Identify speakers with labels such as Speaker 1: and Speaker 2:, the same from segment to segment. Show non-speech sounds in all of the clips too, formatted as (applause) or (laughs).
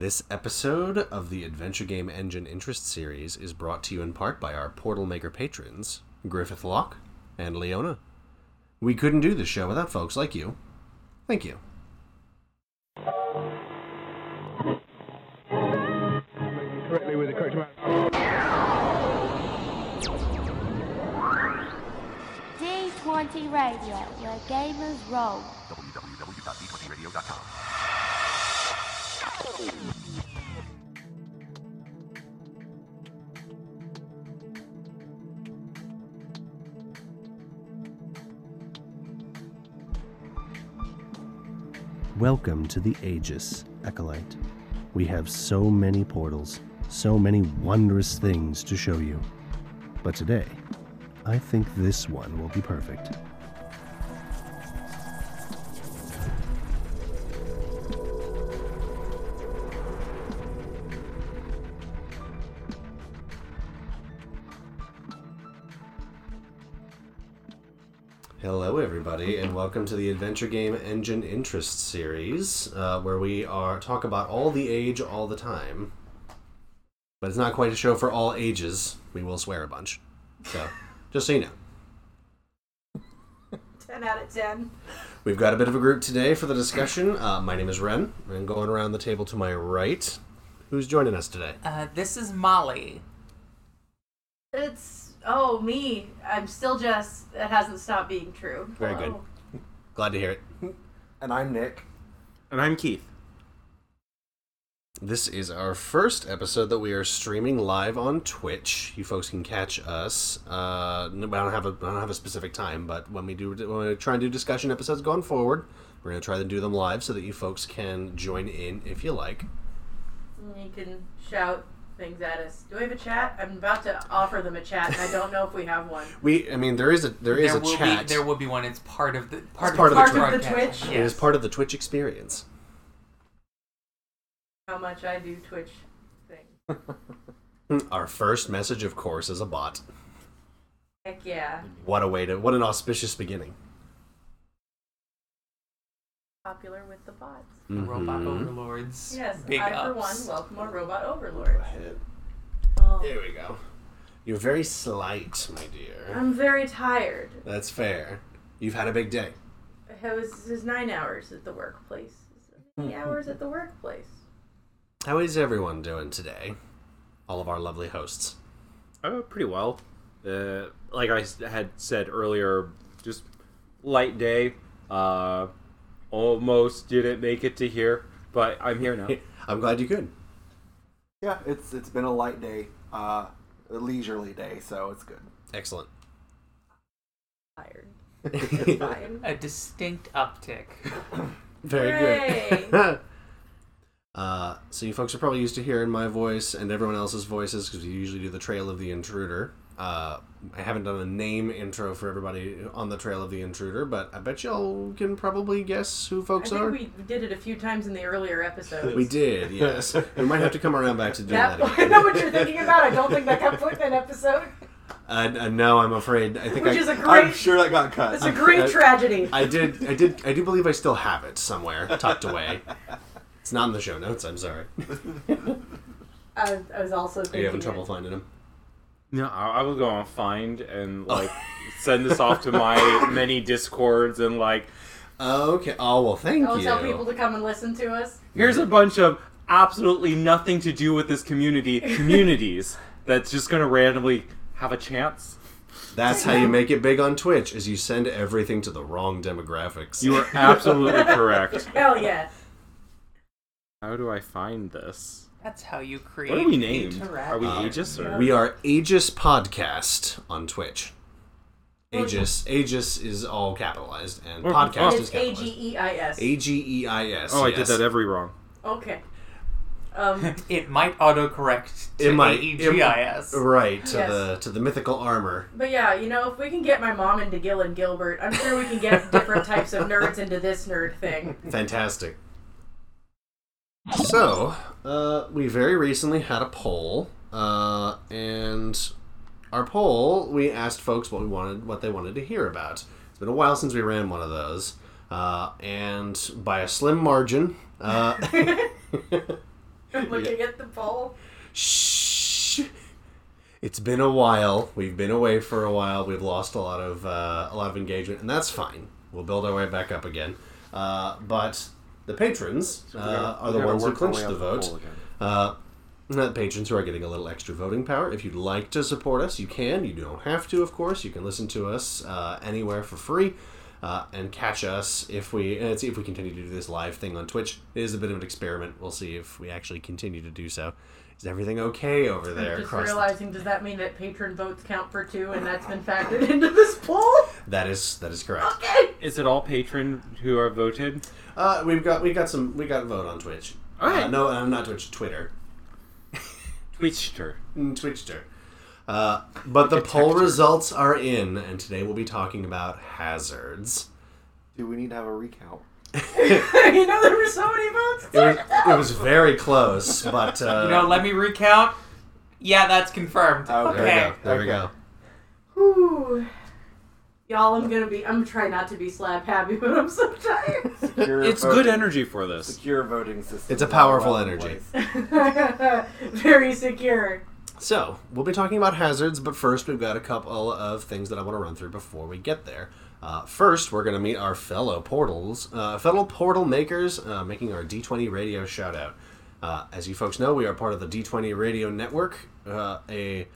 Speaker 1: This episode of the Adventure Game Engine Interest Series is brought to you in part by our Portal Maker patrons, Griffith Locke and Leona. We couldn't do this show without folks like you. Thank you.
Speaker 2: correctly with the correct amount.
Speaker 3: D20 Radio, where gamers roll.
Speaker 1: Welcome to the Aegis, Acolyte. We have so many portals, so many wondrous things to show you. But today, I think this one will be perfect. Hello, everybody, and welcome to the Adventure Game Engine Interest series, uh, where we are talk about all the age all the time. But it's not quite a show for all ages. We will swear a bunch, so just so you know,
Speaker 4: 10 out of 10.
Speaker 1: we've got a bit of a group today for the discussion. Uh, my name is Ren, and going around the table to my right, who's joining us today?
Speaker 5: Uh, this is Molly.
Speaker 4: It's, oh, me. I'm still just, it hasn't stopped being true. Oh,
Speaker 1: Very good.
Speaker 4: Hello.
Speaker 1: Oh. Glad to hear it.
Speaker 6: And I'm Nick.
Speaker 7: And I'm Keith.
Speaker 1: This is our first episode that we are streaming live on Twitch. You folks can catch us. Uh, no, I don't have a I don't have a specific time, but when we do when we try and do discussion episodes going forward, we're gonna try to do them live so that you folks can join in if you like.
Speaker 4: You can shout things at us. Do we have a chat? I'm about to offer them a chat, and I don't know if we have one.
Speaker 1: We I mean there is a there is
Speaker 5: there
Speaker 1: a
Speaker 5: will
Speaker 1: chat.
Speaker 5: be there will be one. It's part of the part,
Speaker 1: part of the Twitch.
Speaker 4: Part of the
Speaker 5: broadcast.
Speaker 4: Twitch?
Speaker 1: It is part of the Twitch experience.
Speaker 4: How much I do Twitch things.
Speaker 6: Hmm.
Speaker 1: Our first message, of course, is a bot.
Speaker 4: Heck yeah.
Speaker 1: What a way to what an auspicious beginning.
Speaker 4: Popular with the bots.
Speaker 5: The
Speaker 4: Mm-hmm.
Speaker 5: Robot
Speaker 1: Mhm.
Speaker 5: overlords.
Speaker 4: Yes,
Speaker 5: Big
Speaker 4: I, for one,
Speaker 5: ups.
Speaker 4: welcome our robot overlord. Oh,
Speaker 1: There we go. You're very slight, my dear.
Speaker 4: I'm very tired.
Speaker 1: That's fair. You've had a big day.
Speaker 4: It was, it was nine hours at the workplace.
Speaker 1: Hmm.
Speaker 4: Many hours at the workplace.
Speaker 1: How is everyone doing today? All of our lovely hosts.
Speaker 7: Uh, pretty well. Uh, like I s- had said earlier, just light day. Uh, almost didn't make it to here, but I'm here now.
Speaker 1: I'm glad you could.
Speaker 6: Yeah, it's it's been a light day, uh, a leisurely day, so it's good. (laughs)
Speaker 1: Excellent. (laughs)
Speaker 4: Tired.
Speaker 1: Very
Speaker 4: Fine.
Speaker 5: A distinct uptick.
Speaker 1: good. (laughs) uh, so you folks are probably used to hearing my voice and everyone else's voices because we usually do the Trail of the Intruder. Uh, I haven't done a name intro for everybody on the Trail of the Intruder, but I bet y'all can probably guess who
Speaker 4: I
Speaker 1: folks
Speaker 4: think
Speaker 1: are.
Speaker 4: we we did it a few times in the earlier episodes.
Speaker 1: We
Speaker 4: (laughs)
Speaker 1: did, yes. we might have to come around back to doing
Speaker 4: That, (laughs)
Speaker 1: that (laughs) again.
Speaker 4: I know what you're thinking about. I don't think that got put in an episode,
Speaker 1: Uh, uh, no, I'm afraid. I think
Speaker 4: which
Speaker 1: I,
Speaker 4: is a
Speaker 6: I'm
Speaker 4: great,
Speaker 6: sure that got cut.
Speaker 4: it's a great
Speaker 1: I-
Speaker 4: tragedy.
Speaker 1: I did. I did. I do believe I still have it somewhere tucked
Speaker 4: (laughs)
Speaker 1: away. It's not in the show notes. I'm sorry.
Speaker 4: I, I was also
Speaker 1: Are
Speaker 4: thinking
Speaker 1: you having
Speaker 4: it.
Speaker 1: trouble finding them?
Speaker 7: No, I, I was going to find and like send this off to (laughs) my many discords and like,
Speaker 1: Okay. Oh well, thank
Speaker 4: I'll
Speaker 1: you.
Speaker 4: tell people to come and listen to
Speaker 1: (laughs)
Speaker 4: us.
Speaker 7: here's a bunch of absolutely nothing to do with this (laughs) community communities that's just going to randomly have a chance.
Speaker 1: That's how you make it big on Twitch: is you send everything to the wrong demographics.
Speaker 7: You are (laughs) absolutely correct.
Speaker 4: Hell yeah!
Speaker 7: How do I find this?
Speaker 5: That's how you create.
Speaker 7: What are we named?
Speaker 4: interact.
Speaker 7: Are we
Speaker 1: Um,
Speaker 7: Aegis or
Speaker 1: we are Aegis Podcast on Twitch.
Speaker 4: Oh,
Speaker 1: Aegis. Aegis is all capitalized, and
Speaker 7: Oh,
Speaker 1: podcast
Speaker 7: oh.
Speaker 1: is
Speaker 4: It's A
Speaker 1: capitalized.
Speaker 4: G E I S.
Speaker 1: A G E I S.
Speaker 7: Oh, I did that every wrong.
Speaker 4: Okay. Um,
Speaker 5: It might autocorrect to
Speaker 1: It might-
Speaker 5: AEGIS.
Speaker 1: Right to
Speaker 4: Yes.
Speaker 1: the to the mythical armor.
Speaker 4: but yeah, you know, if we can get my mom into Gil and Gilbert, I'm sure we
Speaker 1: (laughs)
Speaker 4: can get different types of nerds into this nerd thing. (laughs)
Speaker 1: Fantastic. So, uh, we very recently had a poll, uh, and our poll we asked folks what we wanted, what they wanted to hear about. It's been a while since we ran one of those, uh, and by a slim margin, uh,
Speaker 4: looking at the bowl.
Speaker 1: Shh. It's been a while. We've been away for a while. We've lost a lot of uh, a lot of engagement, and that's fine. We'll build our way back up again. Uh, but the patrons
Speaker 6: So we're
Speaker 1: uh,
Speaker 6: gonna-
Speaker 1: are
Speaker 6: we're
Speaker 1: the
Speaker 6: gonna
Speaker 1: ones who
Speaker 6: work our
Speaker 1: clinch
Speaker 6: way
Speaker 1: the
Speaker 6: up the poll
Speaker 1: vote.
Speaker 6: again.
Speaker 1: Uh, not patrons who are getting a little extra voting power. If you'd like to support us, you can. You don't have to, of course. You can listen to us uh, anywhere for free. Uh, and catch us if we and see if we continue to do this live thing on Twitch. It is a bit of an experiment. We'll see if we actually continue to do so. Is everything okay over there?
Speaker 4: I'm just
Speaker 1: across the-
Speaker 4: realizing, does that mean that patron votes count for two, and that's been
Speaker 1: (laughs)
Speaker 4: factored into this poll? (laughs)
Speaker 1: that is that is correct.
Speaker 4: Okay.
Speaker 7: Is it all patron who are voted?
Speaker 1: Uh, we've got we got some we got a vote on Twitch.
Speaker 7: Ah! All right.
Speaker 1: Uh, no, uh, not Twitch. Twitter.
Speaker 7: Twitchster.
Speaker 1: Mm, Twitchster. Uh, but the poll results are in, and today we'll be talking about hazards.
Speaker 6: Do we need to have a recount?
Speaker 4: you know there were so many votes.
Speaker 1: It was, it was very close, but uh,
Speaker 5: You know, let me recount. Yeah, that's confirmed.
Speaker 6: Okay.
Speaker 1: Oh, there we go. There we go.
Speaker 4: Ooh. Y'all, I'm gonna be. I'm trying not to be slap happy, (laughs) but I'm so tired. (laughs)
Speaker 6: Secure
Speaker 7: It's good
Speaker 6: voting-
Speaker 7: energy for this.
Speaker 6: Secure voting system.
Speaker 1: It's a powerful
Speaker 6: all over the
Speaker 1: energy.
Speaker 6: place.
Speaker 4: Very secure.
Speaker 1: So we'll be talking about hazards, but first we've got a couple of things that I want to run through before we get there. Uh, first, we're going to meet our fellow portals, uh, fellow portal makers, uh, making our D20 radio shout out. Uh, as you folks know, we are part of the D20 Radio Network, uh, a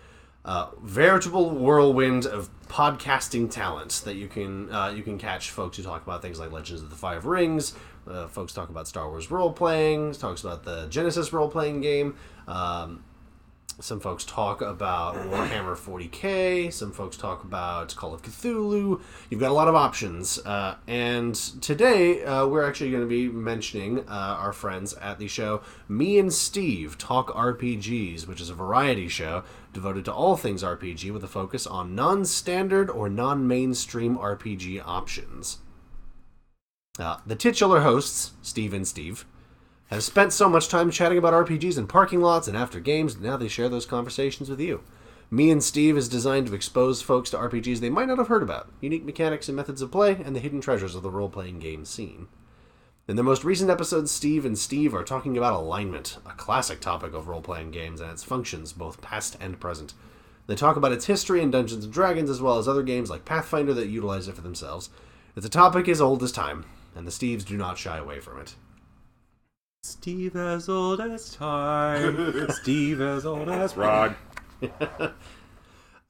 Speaker 1: uh, veritable whirlwind of podcasting talent that you can uh, you can catch folks who talk about things like Legends of the Five Rings. Uh, folks talk about Star Wars role playing. Talks about the Genesis role playing game. Um, some folks talk about Warhammer 40k. Some folks talk about Call of Cthulhu. You've got a lot of options. Uh, and today, uh, we're actually going to be mentioning uh, our friends at the show Me and Steve Talk RPGs, which is a variety show devoted to all things RPG with a focus on non standard or non mainstream RPG options. Uh, the titular hosts, Steve and Steve, have spent so much time chatting about RPGs in parking lots and after games, and now they share those conversations with you. Me and Steve is designed to expose folks to RPGs they might not have heard about, unique mechanics and methods of play, and the hidden treasures of the role playing game scene. In their most recent episode, Steve and Steve are talking about alignment, a classic topic of role playing games and its functions, both past and present. They talk about its history in Dungeons and Dragons as well as other games like Pathfinder that utilize it for themselves. But the topic is old as time, and the Steves do not shy away from it.
Speaker 7: Steve as old as time. (laughs) Steve as old as Rod.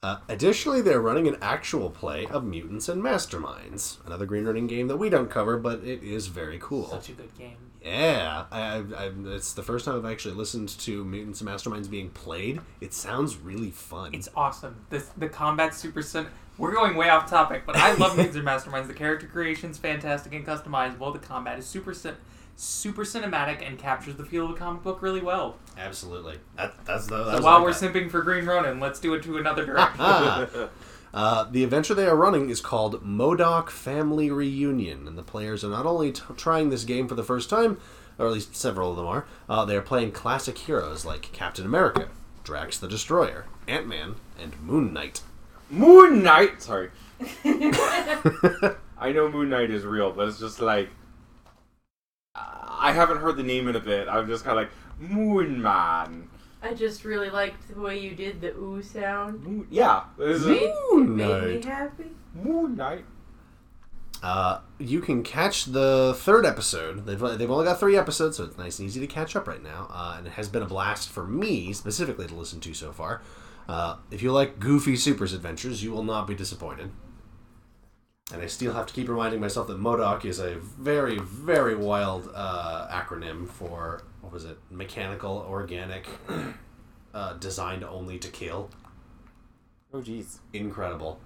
Speaker 1: Uh, additionally, they're running an actual play of Mutants and Masterminds, another green running game that we don't cover, but it is very cool.
Speaker 5: Such a good game.
Speaker 1: yeah, I, I, I, it's the first time I've actually listened to Mutants and Masterminds being played. It sounds really fun.
Speaker 5: It's awesome. The the combat super sim. We're going way off topic, but I
Speaker 1: (laughs)
Speaker 5: love Ninja Masterminds. The character creation's fantastic and customizable. The combat is super sim- super cinematic and captures the feel of a comic book really well.
Speaker 1: Absolutely. That, that's the.
Speaker 5: So
Speaker 1: That's
Speaker 5: while
Speaker 1: like
Speaker 5: we're
Speaker 1: that.
Speaker 5: simping for Green Ronin, let's do it
Speaker 1: (laughs)
Speaker 5: to another direction.
Speaker 1: Ah. (laughs) Uh, the adventure they are running is called Modoc Family Reunion, and the players are not only t- trying this game for the first time, or at least several of them are, uh, they are playing classic heroes like Captain America, Drax the Destroyer, Ant Man, and Moon Knight.
Speaker 7: Moon Knight. (laughs) Sorry. I know Moon Knight is real, but it's just like I haven't heard the name in a bit. I'm just kind of like Moon Man.
Speaker 4: I just really liked the way you did the ooh sound.
Speaker 7: Moon, yeah, this is
Speaker 4: Made,
Speaker 1: Moon
Speaker 4: made
Speaker 1: Knight.
Speaker 4: me happy.
Speaker 7: Moon Knight.
Speaker 1: Uh, you can catch the third episode. They've, they've only got three episodes, so it's nice and easy to catch up right now. Uh, and it has been a blast for me specifically to listen to so far. Uh, if you like goofy Super's adventures, you will not be disappointed. And I still have to keep reminding myself that MODOK is a very, very wild uh, acronym for what was it? Mechanical, organic, (clears throat) uh, designed only to kill
Speaker 7: Oh jeez.
Speaker 1: incredible.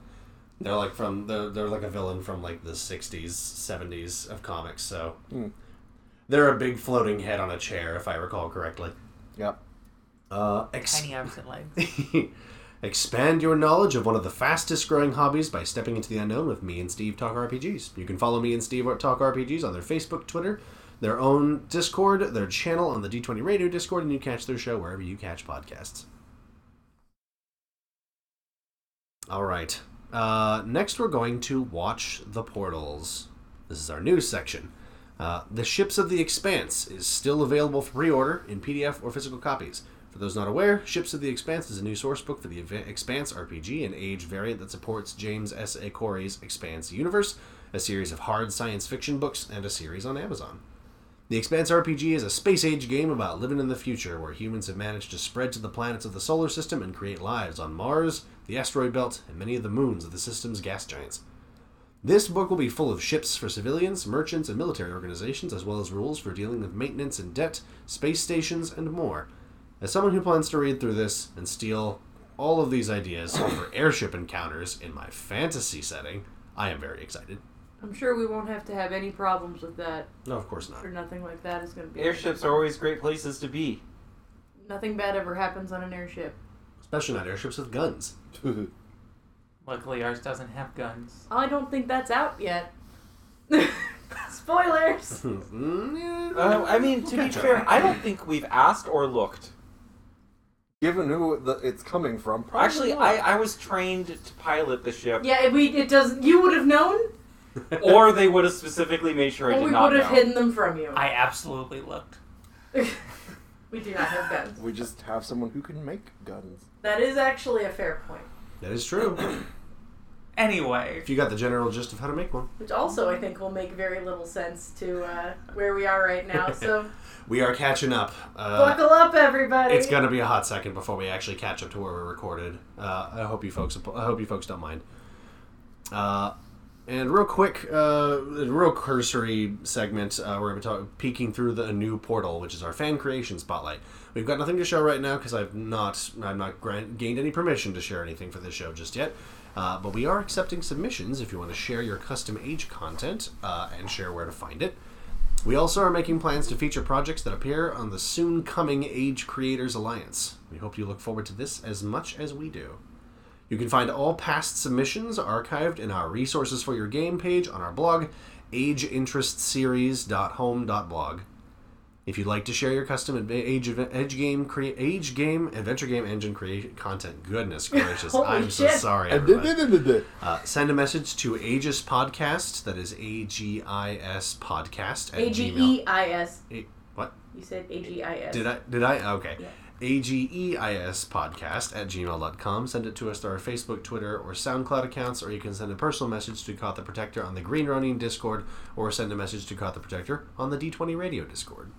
Speaker 1: They're like from they're, they're like a villain from like the '60s, '70s of comics. So they're a big floating head on a chair, if I recall correctly.
Speaker 6: Yep.
Speaker 1: Uh, ex-
Speaker 5: Tiny absent legs.
Speaker 1: (laughs) Expand your knowledge of one of the fastest growing hobbies by stepping into the unknown with me and Steve Talk RPGs. You can follow me and Steve at Talk RPGs on their Facebook, Twitter, their own Discord, their channel on the D20 Radio Discord, and you catch their show wherever you catch podcasts. All right. Uh, next, we're going to watch the portals. This is our news section. Uh, the Ships of the Expanse is still available for pre-order in PDF or physical copies. For those not aware, Ships of the Expanse is a new sourcebook for the Eva- Expanse RPG, an age variant that supports James S. A. Corey's Expanse universe, a series of hard science fiction books, and a series on Amazon. The Expanse RPG is a space age game about living in the future where humans have managed to spread to the planets of the solar system and create lives on Mars, the asteroid belt, and many of the moons of the system's gas giants. This book will be full of ships for civilians, merchants, and military organizations, as well as rules for dealing with maintenance and debt, space stations, and more. As someone who plans to read through this and steal all of these ideas for airship encounters in my fantasy setting, I am very excited.
Speaker 4: I'm sure we won't have to have any problems with that,
Speaker 1: No, of course not.
Speaker 4: or nothing like that is going to be.
Speaker 7: Airships are always great places to be.
Speaker 4: Nothing bad ever happens on an airship.
Speaker 1: Especially not airships with guns.
Speaker 5: Luckily, ours doesn't have
Speaker 1: (laughs)
Speaker 5: guns.
Speaker 4: I don't think that's out yet. (laughs)
Speaker 1: (laughs)
Speaker 4: Spoilers.
Speaker 1: Mm, yeah.
Speaker 7: Uh, I mean, to be fair, I don't think we've asked or looked.
Speaker 6: Given who the, it's coming from, probably
Speaker 7: Actually,
Speaker 6: not.
Speaker 7: I, I was trained to pilot the ship,
Speaker 4: Yeah, it- we it does. You would have known,
Speaker 7: or they would have specifically made sure I
Speaker 4: or
Speaker 7: did
Speaker 4: we
Speaker 7: not
Speaker 4: would
Speaker 7: know.
Speaker 4: have hidden them from you.
Speaker 5: I absolutely looked.
Speaker 4: (laughs) we do not have guns.
Speaker 6: we just have someone who can make guns.
Speaker 4: That is actually a fair point.
Speaker 1: That is true.
Speaker 5: Anyway,
Speaker 1: If you got the general gist of how to make one.
Speaker 4: Which also I think will make very little sense to uh, where we are right now. So
Speaker 1: We are catching up. (laughs) Uh,
Speaker 4: buckle up, everybody.
Speaker 1: it's gonna be a hot second before we actually catch up to where we recorded. Uh, I hope you folks. I hope you folks don't mind. Uh, and real quick, uh, a real cursory segment. Uh, we're gonna be talk- peeking through the a new portal, which is our fan creation spotlight. We've got nothing to show right now because I've not I've not gran- gained any permission to share anything for this show just yet. Uh, but we are accepting submissions if you want to share your custom age content uh, and share where to find it. We also are making plans to feature projects that appear on the soon coming Age Creators Alliance. We hope you look forward to this as much as we do. You can find all past submissions archived in our resources for your game page on our blog, ageinterestseries.home.blog. If you'd like to share your custom adv- age, adv- age game crea- age game adventure game engine create content,
Speaker 4: (laughs)
Speaker 1: goodness gracious,
Speaker 4: Holy
Speaker 1: I'm so
Speaker 4: shit.
Speaker 1: sorry. everybody.
Speaker 6: (laughs)
Speaker 1: Uh, send a message to Aegis Podcast. That is A G I S Podcast at
Speaker 4: A G E I S.
Speaker 1: Gmail. A- what
Speaker 4: You said A G I S.
Speaker 1: did I? Did I? Okay.
Speaker 4: Yeah.
Speaker 1: A G E I S podcast at gmail.com. Send it to us through our Facebook, Twitter, or SoundCloud accounts, or you can send a personal message to Caught the Protector on the Green Running Discord, or send a message to Caught the Protector on the D20 Radio Discord.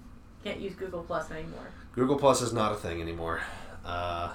Speaker 4: Can't use Google Plus anymore.
Speaker 1: Google Plus is not a thing anymore. Uh,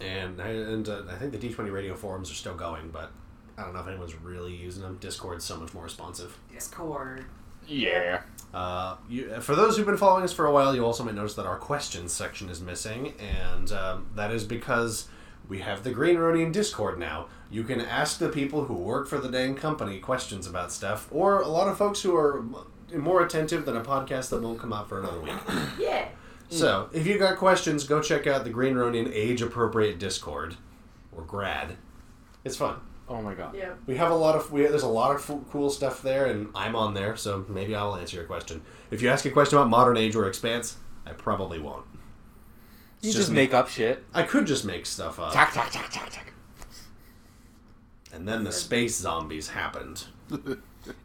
Speaker 1: and I, and uh, I think the D20 radio forums are still going, but I don't know if anyone's really using them. Discord's so much more responsive.
Speaker 5: Discord.
Speaker 7: Yeah.
Speaker 1: Uh, you, for those who've been following us for a while, you also may notice that our questions section is missing, and um, that is because we have the Green Ronian Discord now. You can ask the people who work for the dang company questions about stuff, or a lot of folks who are m- more attentive than a podcast that won't come out for another week.
Speaker 4: Yeah.
Speaker 1: So, if you got questions, go check out the Green Ronin Age Appropriate Discord or Grad. It's fun.
Speaker 7: Oh my god.
Speaker 4: Yeah.
Speaker 1: We have a lot of we, there's a lot of f- cool stuff there, and I'm on there, so maybe I'll answer your question. If you ask a question about Modern Age or Expanse, I probably won't.
Speaker 7: You
Speaker 1: It's
Speaker 7: just make up shit.
Speaker 1: I could just make stuff up,
Speaker 7: Tack, tack, tack, tack, tack.
Speaker 1: and then the space zombies happened.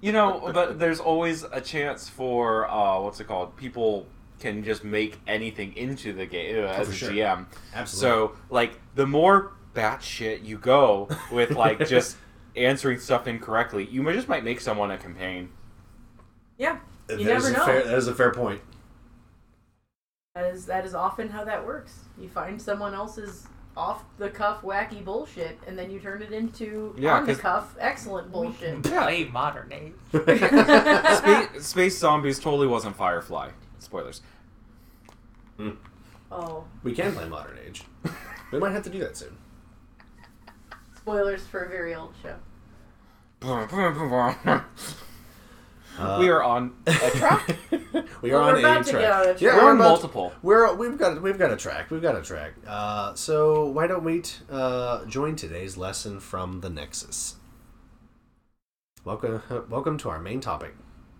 Speaker 7: You know, but there's always a chance for uh, what's it called? People can just make anything into the game uh, as
Speaker 1: for
Speaker 7: a
Speaker 1: sure.
Speaker 7: GM.
Speaker 1: Absolutely.
Speaker 7: So, like, the more batshit you go with, (laughs) like, just answering stuff incorrectly, you might- just might make someone a companion.
Speaker 4: Yeah.
Speaker 1: So
Speaker 4: You never
Speaker 1: a
Speaker 4: know.
Speaker 1: fair, that is a fair
Speaker 4: (laughs)
Speaker 1: point.
Speaker 4: That is that is often how that works. You find someone else's off the cuff wacky bullshit, and then you turn it into
Speaker 7: Yeah,
Speaker 4: on the
Speaker 7: 'cause-
Speaker 4: cuff
Speaker 1: (laughs)
Speaker 4: excellent
Speaker 5: Can
Speaker 4: bullshit.
Speaker 5: Play modern age.
Speaker 7: Space, Space Zombies totally wasn't Firefly. Spoilers.
Speaker 4: oh,
Speaker 1: we can play Modern Age. We might have to do that soon.
Speaker 4: spoilers for a very old show.
Speaker 7: we are on a track.
Speaker 1: Uh, (laughs) We are
Speaker 4: Well,
Speaker 1: on
Speaker 4: we're about
Speaker 1: a
Speaker 4: to
Speaker 1: track.
Speaker 4: get on a track.
Speaker 1: Yeah,
Speaker 7: We're on
Speaker 1: about-
Speaker 7: multiple.
Speaker 1: We're we've got we've got a track. We've got a track. Uh, so why don't we t- uh, join today's lesson from the Nexus? Welcome welcome to our main topic.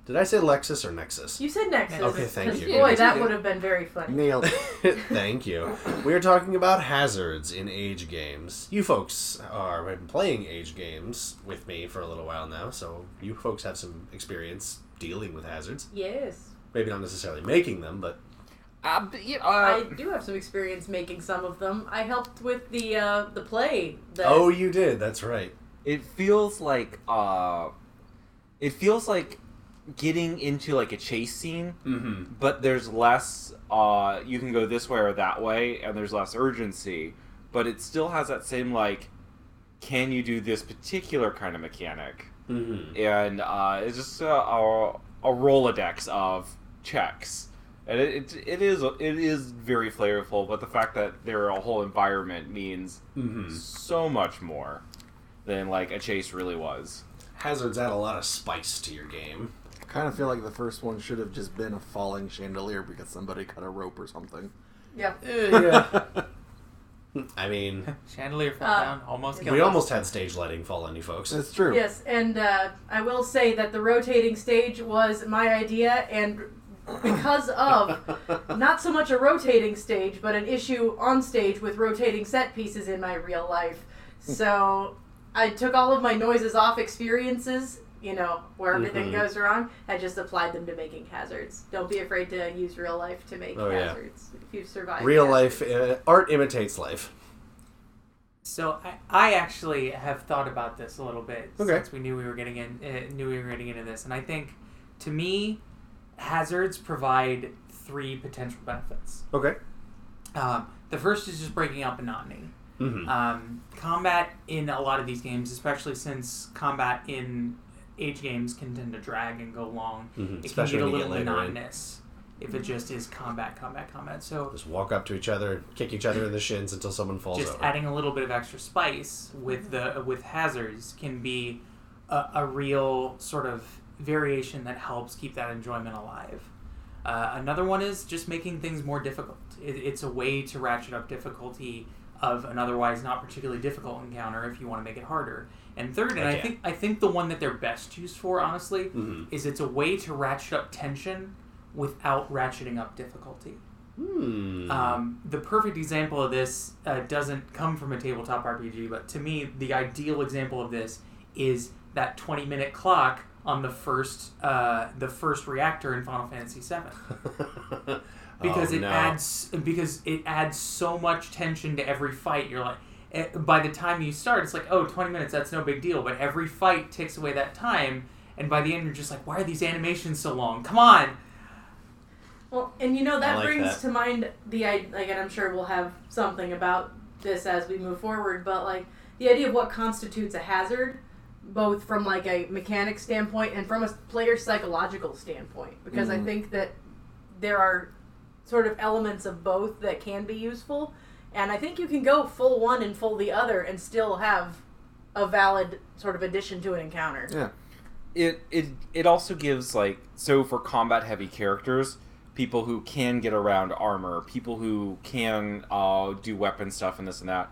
Speaker 1: Did I say Lexus or Nexus?
Speaker 4: You said Nexus.
Speaker 1: Okay, thank
Speaker 4: 'cause
Speaker 1: you.
Speaker 4: Boy,
Speaker 1: Yeah.
Speaker 4: that would have been very funny.
Speaker 1: Nailed it. (laughs) Thank you. We are talking about hazards in age games. You folks are have been playing age games with me for a little while now, so you folks have some experience dealing with hazards.
Speaker 4: Yes.
Speaker 1: Maybe not necessarily making them, but
Speaker 7: Uh, but, yeah, uh,
Speaker 4: I do have some experience making some of them. I helped with the uh, the play. That,
Speaker 1: oh, you did. That's right.
Speaker 7: it feels like uh it feels like getting into like a chase scene
Speaker 1: Mm-hmm.
Speaker 7: but there's less uh you can go this way or that way and there's less urgency but it still has that same like can you do this particular kind of mechanic
Speaker 1: Mm-hmm.
Speaker 7: and uh it's just a, a, a rolodex of checks and it, it, it is it is very flavorful but the fact that there are a whole environment means
Speaker 1: Mm-hmm.
Speaker 7: so much more than like a chase really was.
Speaker 1: Hazards add a lot of spice to your game.
Speaker 6: I kind of feel like the first one should have just been a falling chandelier because somebody cut a rope or something.
Speaker 4: Yeah.
Speaker 1: yeah. (laughs) I mean,
Speaker 5: Chandelier fell
Speaker 4: Uh,
Speaker 5: down, almost killed
Speaker 1: we
Speaker 5: us.
Speaker 1: almost had stage lighting fall on you folks.
Speaker 6: That's true.
Speaker 4: Yes, and uh, I will say that the rotating stage was my idea, and because of
Speaker 1: (laughs)
Speaker 4: not so much a rotating stage, but an issue on stage with rotating set pieces in my real life. So I took all of my noises off experiences, you know, where everything
Speaker 1: Mhm.
Speaker 4: goes wrong. I just applied them to making hazards. Don't be afraid to use real life to make
Speaker 1: Oh, yeah.
Speaker 4: hazards if you've survived.
Speaker 1: Real
Speaker 4: hazards.
Speaker 1: life uh, art imitates life.
Speaker 5: So I, I actually have thought about this a little bit
Speaker 1: Okay.
Speaker 5: since we knew we were getting in, uh, knew we were getting into this, and I think, to me, hazards provide three potential benefits.
Speaker 1: Okay.
Speaker 5: Um, the first is just breaking up monotony.
Speaker 1: Mm-hmm.
Speaker 5: Um, combat in a lot of these games, especially since combat in age games can tend to drag and go long,
Speaker 1: Mhm,
Speaker 5: it
Speaker 1: especially when
Speaker 5: can get a
Speaker 1: you
Speaker 5: little
Speaker 1: get later in.
Speaker 5: monotonous if it just is combat, combat, combat. So
Speaker 1: Just walk up to each other, kick each other in the shins until someone falls
Speaker 5: just
Speaker 1: over.
Speaker 5: adding a little bit of extra spice with the uh, with hazards can be a, a real sort of variation that helps keep that enjoyment alive. Uh, another one is just making things more difficult. It, it's a way to ratchet up difficulty of an otherwise not particularly difficult encounter if you want to make it harder. And third, and I
Speaker 1: Okay.
Speaker 5: think I think the one that they're best used for, honestly,
Speaker 1: Mhm.
Speaker 5: is it's a way to ratchet up tension without ratcheting up difficulty.
Speaker 1: Hmm. (laughs)
Speaker 5: Um, the perfect example of this uh, doesn't come from a tabletop RPG, but to me, the ideal example of this is that 20 minute clock on the first uh, the first reactor in Final
Speaker 1: (laughs)
Speaker 5: Fantasy VII, because
Speaker 1: Oh,
Speaker 5: it
Speaker 1: no.
Speaker 5: adds because it adds so much tension to every fight. You're like, eh, by the time you start, it's like, oh, 20 minutes, that's no big deal. But every fight takes away that time, and by the end, you're just like, why are these animations so long? Come on,
Speaker 4: Well, and you know that
Speaker 1: like
Speaker 4: brings
Speaker 1: that.
Speaker 4: to mind the i- like, and I'm sure we'll have something about this as we move forward. But like the idea of what constitutes a hazard, both from like a mechanic standpoint and from a player psychological standpoint, because
Speaker 1: Mm-hmm.
Speaker 4: I think that there are sort of elements of both that can be useful, and I think you can go full one and full the other and still have a valid sort of addition to an encounter.
Speaker 6: Yeah.
Speaker 7: It it it also gives like so for combat heavy characters, people who can get around armor, people who can uh, do weapon stuff and this and that.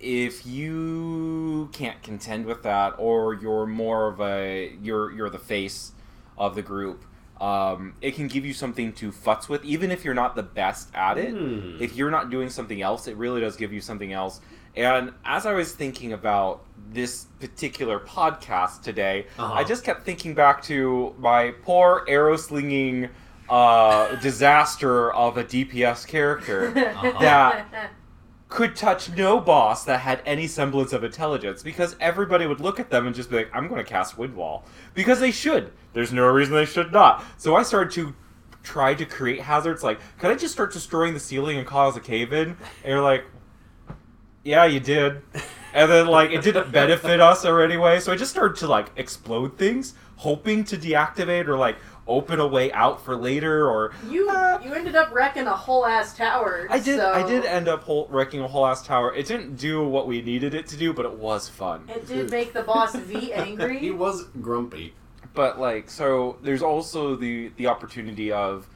Speaker 7: If you can't contend with that, or you're more of a you're you're the face of the group, um, it can give you something to futz with, even if you're not the best at it.
Speaker 1: Hmm.
Speaker 7: if you're not doing something else, it really does give you something else. And as I was thinking about this particular podcast today,
Speaker 1: Uh-huh.
Speaker 7: I just kept thinking back to my poor arrow slinging uh, (laughs) disaster of a DPS character
Speaker 4: (laughs)
Speaker 1: Uh-huh.
Speaker 7: that could touch no boss that had any semblance of intelligence because everybody would look at them and just be like, I'm going to cast Windwall. Because they should. There's no reason they should not. So I started to try to create hazards like, could I just start destroying the ceiling and cause a cave in? And you're like, yeah, you did. And then, like, it didn't benefit us or anyway, so I just started to, like, explode things, hoping to deactivate or, like, open a way out for later or
Speaker 4: You
Speaker 7: Uh,
Speaker 4: you ended up wrecking a whole ass tower.
Speaker 7: I did. I
Speaker 4: so-
Speaker 7: did end up whole, wrecking a whole ass tower. It didn't do what we needed it to do, but it was fun.
Speaker 4: It did make the
Speaker 6: (laughs)
Speaker 4: boss V
Speaker 1: he
Speaker 4: angry.
Speaker 1: was grumpy.
Speaker 7: But like, so there's also the the opportunity of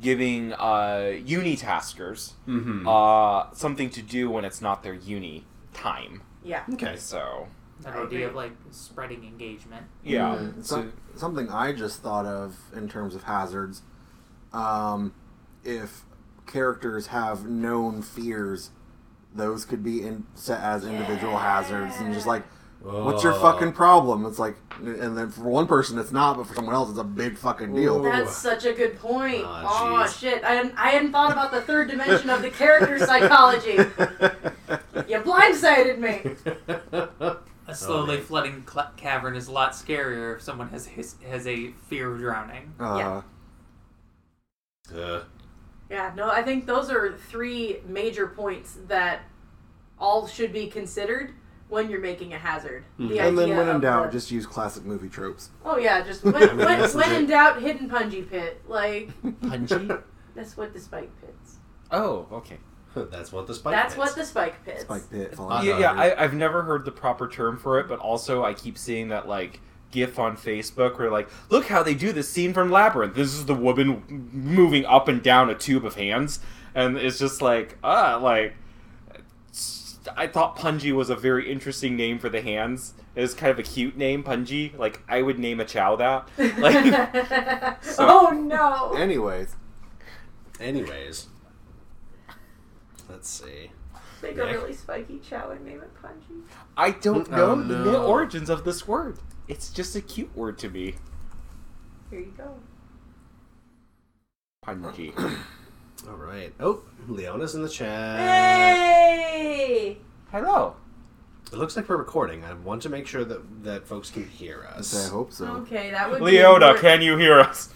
Speaker 7: giving uh, unitaskers
Speaker 1: Mm-hmm.
Speaker 7: uh, something to do when it's not their uni time.
Speaker 4: Yeah.
Speaker 1: okay.
Speaker 7: So
Speaker 5: that
Speaker 4: I
Speaker 5: idea
Speaker 4: agree.
Speaker 5: of like spreading engagement.
Speaker 7: yeah,
Speaker 4: Mhm.
Speaker 7: so,
Speaker 6: So, something I just thought of in terms of hazards. Um, if characters have known fears, those could be in, set as individual hazards, and just like What's your
Speaker 7: Oh.
Speaker 1: Ugh.
Speaker 6: fucking problem? It's like, and then for one person it's not, but for someone else it's a big fucking deal.
Speaker 1: Ooh.
Speaker 4: That's such a good point.
Speaker 1: Aw,
Speaker 4: Oh,
Speaker 1: jeez.
Speaker 4: shit. I hadn't, I hadn't thought about the third dimension of the character
Speaker 6: (laughs)
Speaker 4: psychology. You blindsided me.
Speaker 5: A slowly
Speaker 1: man.
Speaker 5: flooding cl- cavern is a lot scarier if someone has his, has a fear of drowning.
Speaker 6: Uh,
Speaker 1: Uh,
Speaker 4: Yeah, no, I think those are three major points that all should be considered when you're making a hazard. The
Speaker 6: Hmm. And then
Speaker 4: idea
Speaker 6: when in
Speaker 4: of
Speaker 6: doubt,
Speaker 4: the-
Speaker 6: just use classic movie tropes.
Speaker 4: Oh,
Speaker 6: (laughs)
Speaker 4: yeah, just when, when,
Speaker 6: That's
Speaker 4: when
Speaker 6: it.
Speaker 4: in doubt, hidden punji pit.
Speaker 6: (laughs)
Speaker 4: Like,
Speaker 5: Punchy?
Speaker 4: that's what the spike pit's.
Speaker 7: (laughs) Oh, okay.
Speaker 1: (laughs) that's what the spike.
Speaker 4: That's
Speaker 1: is.
Speaker 4: what the spike pit's.
Speaker 6: Spike Pit.
Speaker 1: Uh,
Speaker 6: Falling
Speaker 7: Yeah,
Speaker 1: no,
Speaker 7: yeah
Speaker 1: dude.
Speaker 7: I, I've never heard the proper term for it, but also I keep seeing that like GIF on Facebook where like, look how they do this scene from Labyrinth. This is the woman moving up and down a tube of hands, and it's just like, ah, like. it's- I thought Punji was a very interesting name for the hands. It's kind of a cute name, Punji. Like I would name a chow that. Like
Speaker 4: (laughs)
Speaker 6: (laughs)
Speaker 4: oh, no.
Speaker 6: Anyways,
Speaker 1: Anyways, let's see.
Speaker 4: Make a really spiky chow and name it punji.
Speaker 7: I don't know
Speaker 1: Oh,
Speaker 7: the
Speaker 1: no.
Speaker 7: origins of this word. It's just a cute word to me,
Speaker 4: Here you go.
Speaker 7: Punji.
Speaker 1: (clears throat) All right. Oh, Leona's in the chat.
Speaker 4: Hey!
Speaker 7: Hello.
Speaker 1: It looks like we're recording. I want to make sure that that folks can hear
Speaker 6: I
Speaker 1: us.
Speaker 6: hope so.
Speaker 4: Okay, that would be.
Speaker 7: Leona,
Speaker 4: more-
Speaker 7: can you hear us?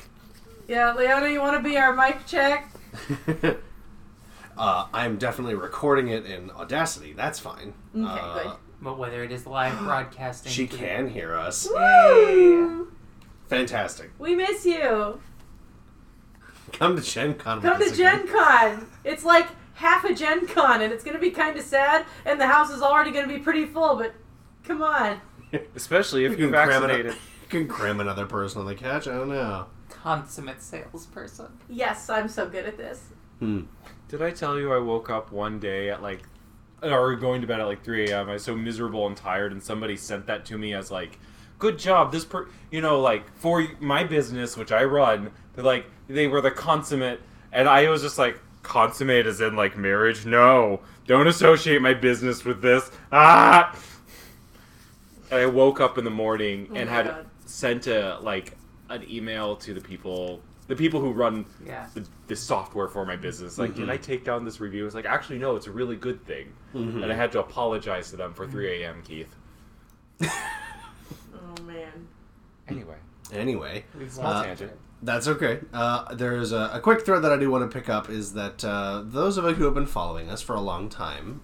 Speaker 4: Yeah, Leona, you want to be our mic check?
Speaker 1: (laughs) uh, I'm definitely recording it in Audacity. That's fine.
Speaker 4: Okay,
Speaker 1: Uh,
Speaker 4: good.
Speaker 5: but whether it is live broadcasting,
Speaker 1: She
Speaker 5: to the-
Speaker 1: can hear us.
Speaker 4: Hey!
Speaker 1: Fantastic.
Speaker 4: We miss you.
Speaker 1: Come to Gen Con. with
Speaker 4: Come to
Speaker 1: us again.
Speaker 4: Gen Con. It's like half a Gen Con, and it's going to be kind of sad, and the house is already going to be pretty full, but come on.
Speaker 7: Especially if
Speaker 1: You
Speaker 7: you're
Speaker 1: can, cram another,
Speaker 7: vaccinated.
Speaker 1: you can cram another person on the couch. I don't know.
Speaker 5: consummate salesperson.
Speaker 4: Yes, I'm so good at this.
Speaker 7: Did I tell you I woke up one day at like, or going to bed at like 3 a.m. I was so miserable and tired, and somebody sent that to me as like, "Good job, this per," you know, like for my business which I run. They're like they were the consummate, and I was just like, "Consummate as in like marriage? No, don't associate my business with this." Ah. And I woke up in the morning
Speaker 4: Oh
Speaker 7: and
Speaker 4: my
Speaker 7: had
Speaker 4: God.
Speaker 7: sent a like an email to the people, the people who run
Speaker 5: Yeah.
Speaker 7: the, the software for my business. Like, did I take down this review? It's like, actually, no, it's a really good thing. And I had to apologize to them for 3 a.m., Keith.
Speaker 4: Oh, man.
Speaker 7: Anyway,
Speaker 1: Anyway,
Speaker 7: small
Speaker 1: Uh,
Speaker 7: tangent.
Speaker 1: That's okay. Uh, there's a, a quick thread that I do want to pick up is that uh, those of you who have been following us for a long time,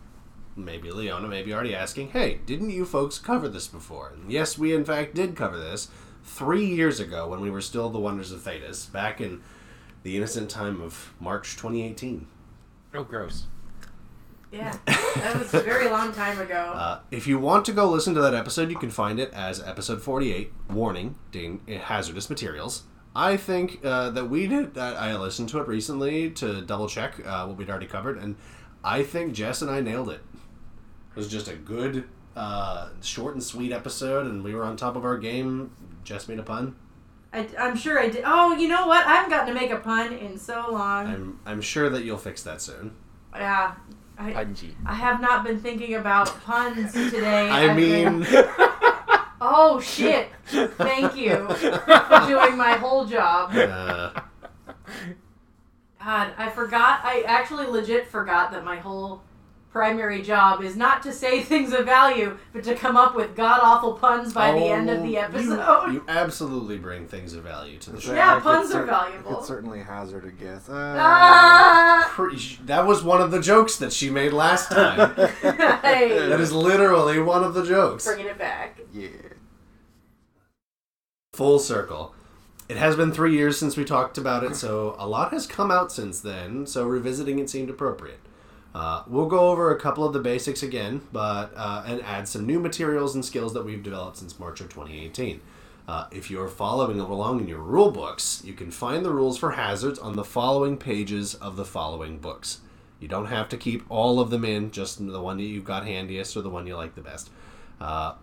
Speaker 1: maybe Leona, maybe already asking, hey, didn't you folks cover this before? And yes, we in fact did cover this three years ago when we were still the Wonders of Thetis, back in the innocent time of March 2018.
Speaker 7: Oh, gross.
Speaker 1: (laughs)
Speaker 4: Yeah, that was a very long time ago.
Speaker 1: Uh, if you want to go listen to that episode, you can find it as episode 48, Warning, Dan- Hazardous Materials. I think uh, that we did that. I listened to it recently to double check uh, what we'd already covered, and I think Jess and I nailed it. It was just a good, uh, short and sweet episode, and we were on top of our game. Jess made a pun.
Speaker 4: I, I'm sure I did. Oh, you know what? I haven't gotten to make a pun in so long.
Speaker 1: I'm, I'm sure that you'll fix that soon.
Speaker 4: Yeah. I,
Speaker 7: Punji.
Speaker 4: I have not been thinking about puns today.
Speaker 1: I
Speaker 4: I've been-
Speaker 1: mean,
Speaker 4: Oh shit! Thank you for doing my whole job.
Speaker 1: uh,
Speaker 4: God, I forgot. I actually legit forgot that my whole primary job is not to say (laughs) things of value, but to come up with god awful puns (laughs) by the end of
Speaker 1: oh,
Speaker 4: the
Speaker 1: you-
Speaker 4: episode.
Speaker 1: (laughs) You, absolutely bring things of value to the show.
Speaker 4: Yeah,
Speaker 6: I could
Speaker 4: puns are
Speaker 6: cer-
Speaker 4: valuable.
Speaker 6: I could certainly hazard a guess. Uh,
Speaker 4: ah!
Speaker 1: Pretty- that was one of the jokes that she made last time.
Speaker 4: (laughs)
Speaker 1: (laughs)
Speaker 4: Hey,
Speaker 1: that is literally one of the jokes.
Speaker 4: bringing it back.
Speaker 6: Yeah.
Speaker 1: Full circle. It has been three years since we talked about it, so a lot has come out since then, so revisiting it seemed appropriate. Uh, we'll go over a couple of the basics again, but uh, and add some new materials and skills that we've developed since March of 2018. Uh, if you're following along in your rule books, you can find the rules for hazards on the following pages of the following books. You don't have to keep all of them in, just the one that you've got handiest or the one you like the best. Uh,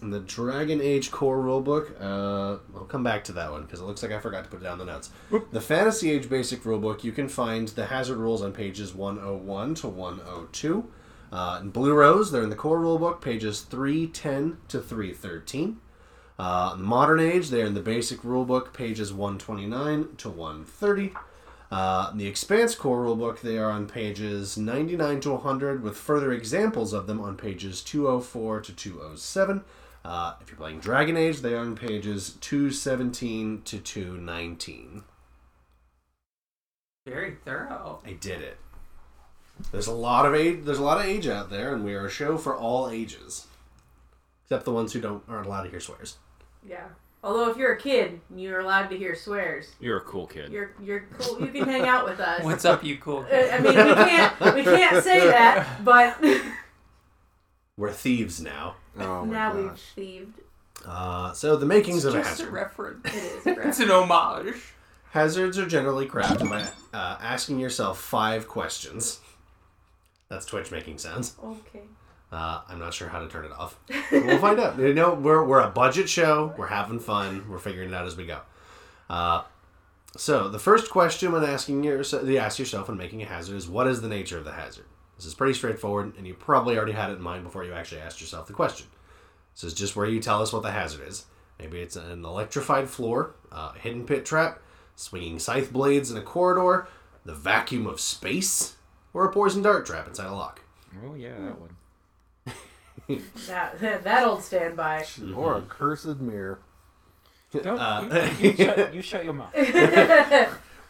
Speaker 1: and the Dragon Age core rulebook, uh, I'll come back to that one because it looks like I forgot to put it down in the notes. The Fantasy oh Age basic rulebook, you can find the hazard rules on pages 101 to 102. Uh, in Blue Rose, they're in the core rulebook, pages 310 to 313. Uh, in the modern age, they're in the basic rulebook, pages 129 to 130. Uh, in the Expanse Core rulebook, they are on pages 99 to 100, with further examples of them on pages 204 to 207. Uh, if you're playing Dragon Age, they are on pages 217 to 219.
Speaker 5: Very
Speaker 1: (laughs)
Speaker 5: thorough.
Speaker 1: I did it. There's a lot of age. There's a lot of age out there, and we are a show for all ages, except the ones who don't aren't allowed to hear swears.
Speaker 4: Yeah. Although if you're a kid, you're allowed to hear swears.
Speaker 7: You're a cool kid.
Speaker 4: You're you're cool. You can hang out with us.
Speaker 5: What's up, you cool
Speaker 4: Uh,
Speaker 5: kid?
Speaker 4: I mean, we can't we can't say that, but
Speaker 1: We're thieves now.
Speaker 6: (laughs) Oh my
Speaker 4: (laughs) now we've
Speaker 6: gosh.
Speaker 4: thieved.
Speaker 1: Uh, so the makings of a
Speaker 5: Just a
Speaker 1: hazard.
Speaker 5: reference.
Speaker 4: It is a
Speaker 5: It's
Speaker 6: (laughs)
Speaker 4: graphic.
Speaker 5: an homage.
Speaker 1: Hazards are generally crafted by uh, asking yourself five questions. That's Twitch making sounds.
Speaker 4: okay.
Speaker 1: Uh, I'm not sure how to turn it off. We'll find out. You know, we're, we're a budget show. We're having fun. We're figuring it out as we go. Uh, so the first question when asking yourself, you ask yourself when making a hazard is, what is the nature of the hazard? This is pretty straightforward, and you probably already had it in mind before you actually asked yourself the question. This is just where you tell us what the hazard is. Maybe it's an electrified floor, a hidden pit trap, swinging scythe blades in a corridor, the vacuum of space, or a poison dart trap inside a lock.
Speaker 7: Oh yeah, that one.
Speaker 4: That (laughs) that old standby.
Speaker 6: Or a cursed mirror.
Speaker 7: Don't,
Speaker 1: Uh,
Speaker 7: (laughs) you, you shut, you shut
Speaker 4: (laughs)
Speaker 7: your mouth.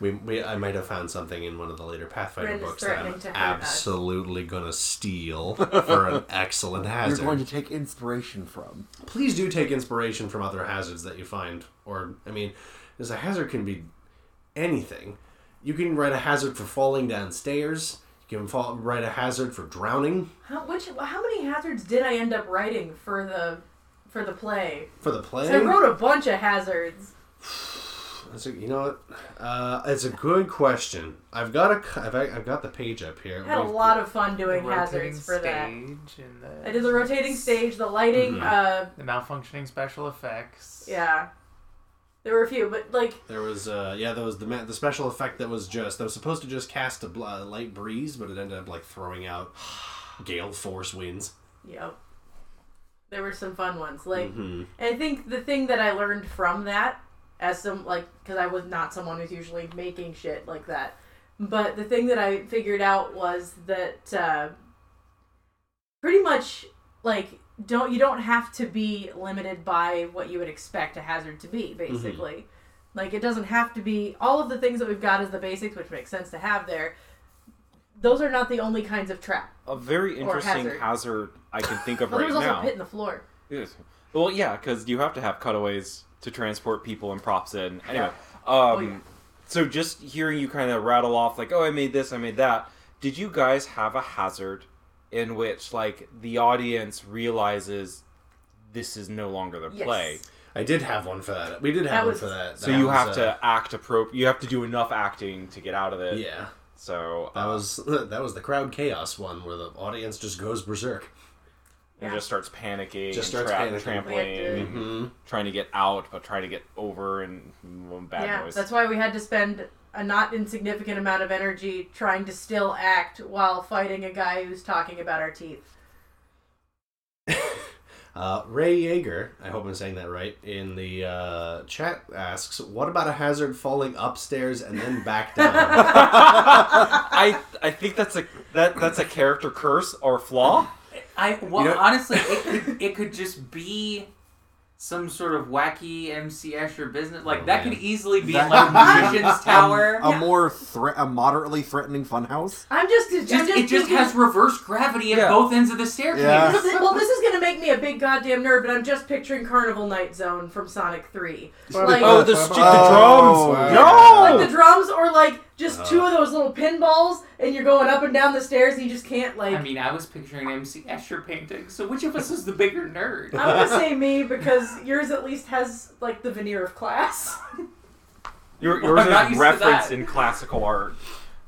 Speaker 1: We, we I might have found something in one of the later Pathfinder
Speaker 4: Brent is
Speaker 1: books that
Speaker 4: threatening
Speaker 1: I'm
Speaker 4: to hurt us.
Speaker 1: absolutely gonna
Speaker 6: (laughs)
Speaker 1: steal for an excellent
Speaker 6: You're
Speaker 1: hazard.
Speaker 6: going to take inspiration from.
Speaker 1: Please do take inspiration from other hazards that you find, or I mean, because a hazard can be anything. You can write a hazard for falling downstairs. You can fall, write a hazard for drowning
Speaker 4: How which how many hazards did I end up writing for the for the play?
Speaker 1: for the play.
Speaker 4: 'Cause I wrote a bunch of hazards.
Speaker 1: That's a, you know what? Uh, it's a good question. I've got a c- I've, I've got the page up here.
Speaker 4: I had a
Speaker 1: We've-
Speaker 4: lot of fun doing
Speaker 5: The rotating
Speaker 4: hazards for that.
Speaker 5: stage and the,
Speaker 4: I did the rotating stage, the lighting.
Speaker 6: Mm-hmm.
Speaker 4: Uh,
Speaker 5: the malfunctioning special effects.
Speaker 4: yeah, there were a few, but like
Speaker 1: There was, uh, yeah, there was the ma- the special effect that was just that was supposed to just cast a bl- uh, light breeze, but it ended up like throwing (sighs) out gale force winds.
Speaker 4: Yep. There were some fun ones. Like,
Speaker 1: Mhm.
Speaker 4: and I think the thing that I learned from that, as some, like, because I was not someone who's usually making shit like that, but the thing that I figured out was that uh, pretty much, like, don't you don't have to be limited by what you would expect a hazard to
Speaker 7: Mm-hmm.
Speaker 4: be, basically. Like, it doesn't have to be all of the things that we've got as the basics, which makes sense to have there. Those are not the only kinds of trap.
Speaker 7: A very interesting hazard.
Speaker 4: hazard.
Speaker 7: I can think of
Speaker 4: Well, there
Speaker 7: right
Speaker 4: was also
Speaker 7: now.
Speaker 4: a pit in the floor.
Speaker 7: Yes. Well, yeah, because you have to have cutaways to transport people and props in. Anyway, um,
Speaker 4: Oh,
Speaker 7: so just hearing you kind of rattle off like, "Oh, I made this, I made that." Did you guys have a hazard in which like the audience realizes this is no longer the
Speaker 4: Yes.
Speaker 7: play?
Speaker 1: I did have one for that. We did have
Speaker 4: That
Speaker 1: one
Speaker 4: was-
Speaker 1: for that.
Speaker 7: So
Speaker 1: That
Speaker 7: you
Speaker 1: was,
Speaker 7: have
Speaker 1: uh,
Speaker 7: to act appropriate. You have to do enough acting to get out of it.
Speaker 1: yeah,
Speaker 7: So uh,
Speaker 1: that was (laughs) that was the crowd chaos one where the audience just goes berserk.
Speaker 7: it
Speaker 4: Yeah.
Speaker 7: just starts panicking,
Speaker 1: Just
Speaker 7: and
Speaker 1: starts
Speaker 7: tra-
Speaker 1: panicking.
Speaker 7: trampling,
Speaker 4: We had to-
Speaker 7: and
Speaker 1: Mm-hmm.
Speaker 7: trying to get out, but trying to get over, and mm, bad
Speaker 4: yeah,
Speaker 7: noise.
Speaker 4: that's why we had to spend a not insignificant amount of energy trying to still act while fighting a guy who's talking about our teeth.
Speaker 1: Uh, Ray Yeager, I hope I'm saying that right, in the uh, chat asks, "What about a hazard falling upstairs and then back
Speaker 7: (laughs)
Speaker 1: down?"
Speaker 7: I I think that's a that that's a character curse or flaw.
Speaker 5: I well,
Speaker 1: You know-
Speaker 5: honestly, it could, it could just be some sort of wacky MC Escher business. Like
Speaker 1: Oh,
Speaker 5: that
Speaker 1: man.
Speaker 5: could easily be
Speaker 6: That-
Speaker 5: like Magician's Tower.
Speaker 6: A more thre- a moderately threatening funhouse.
Speaker 4: I'm just,
Speaker 5: It just,
Speaker 4: I'm just
Speaker 5: it just
Speaker 4: thinking-
Speaker 5: has reverse gravity at
Speaker 7: Yeah.
Speaker 5: both ends of the staircase.
Speaker 6: Yeah.
Speaker 4: (laughs) This is- (laughs) well, this is gonna make me a big goddamn nerd, but I'm just picturing Carnival Night Zone from Sonic Three, like,
Speaker 7: Oh, the, stu-
Speaker 6: Oh,
Speaker 7: the drums!
Speaker 6: wow.
Speaker 7: No,
Speaker 4: like the drums or like just two of those little pinballs, and you're going up and down the stairs, and you just can't like.
Speaker 5: I mean, I was picturing an MC Escher painting. So which of us is the bigger nerd?
Speaker 4: I'm gonna say me because yours at least has like the veneer of class.
Speaker 7: Your-
Speaker 5: I'm not
Speaker 7: yours is
Speaker 5: used to
Speaker 7: referenced
Speaker 5: that.
Speaker 7: in classical art.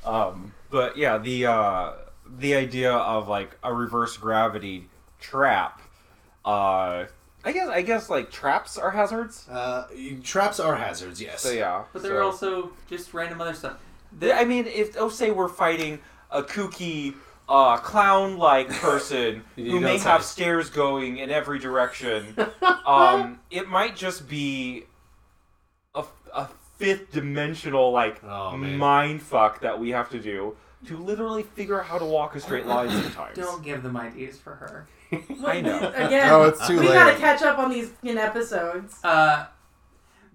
Speaker 7: Um, but yeah, the uh, the idea of like a reverse gravity trap. Uh, I guess I guess like traps are hazards.
Speaker 1: uh, traps are hazards, yes.
Speaker 7: So yeah,
Speaker 5: (laughs) But
Speaker 7: so-
Speaker 5: there are also just random other stuff.
Speaker 7: The- I mean, if oh, say we're fighting a kooky uh, uh,
Speaker 1: (laughs)
Speaker 7: clown-like person
Speaker 1: You
Speaker 7: who may
Speaker 1: don't say.
Speaker 7: have stairs going in
Speaker 1: (laughs)
Speaker 7: every direction. Um, it might just be a, a fifth-dimensional like
Speaker 1: Oh, man.
Speaker 7: mind fuck that we have to do to literally figure out how to walk a
Speaker 1: (coughs)
Speaker 7: straight line sometimes.
Speaker 5: Don't give them ideas for her.
Speaker 7: I know.
Speaker 4: (laughs) Again,
Speaker 6: Oh, it's too
Speaker 4: we
Speaker 6: late.
Speaker 4: gotta catch up on these in episodes.
Speaker 5: Uh,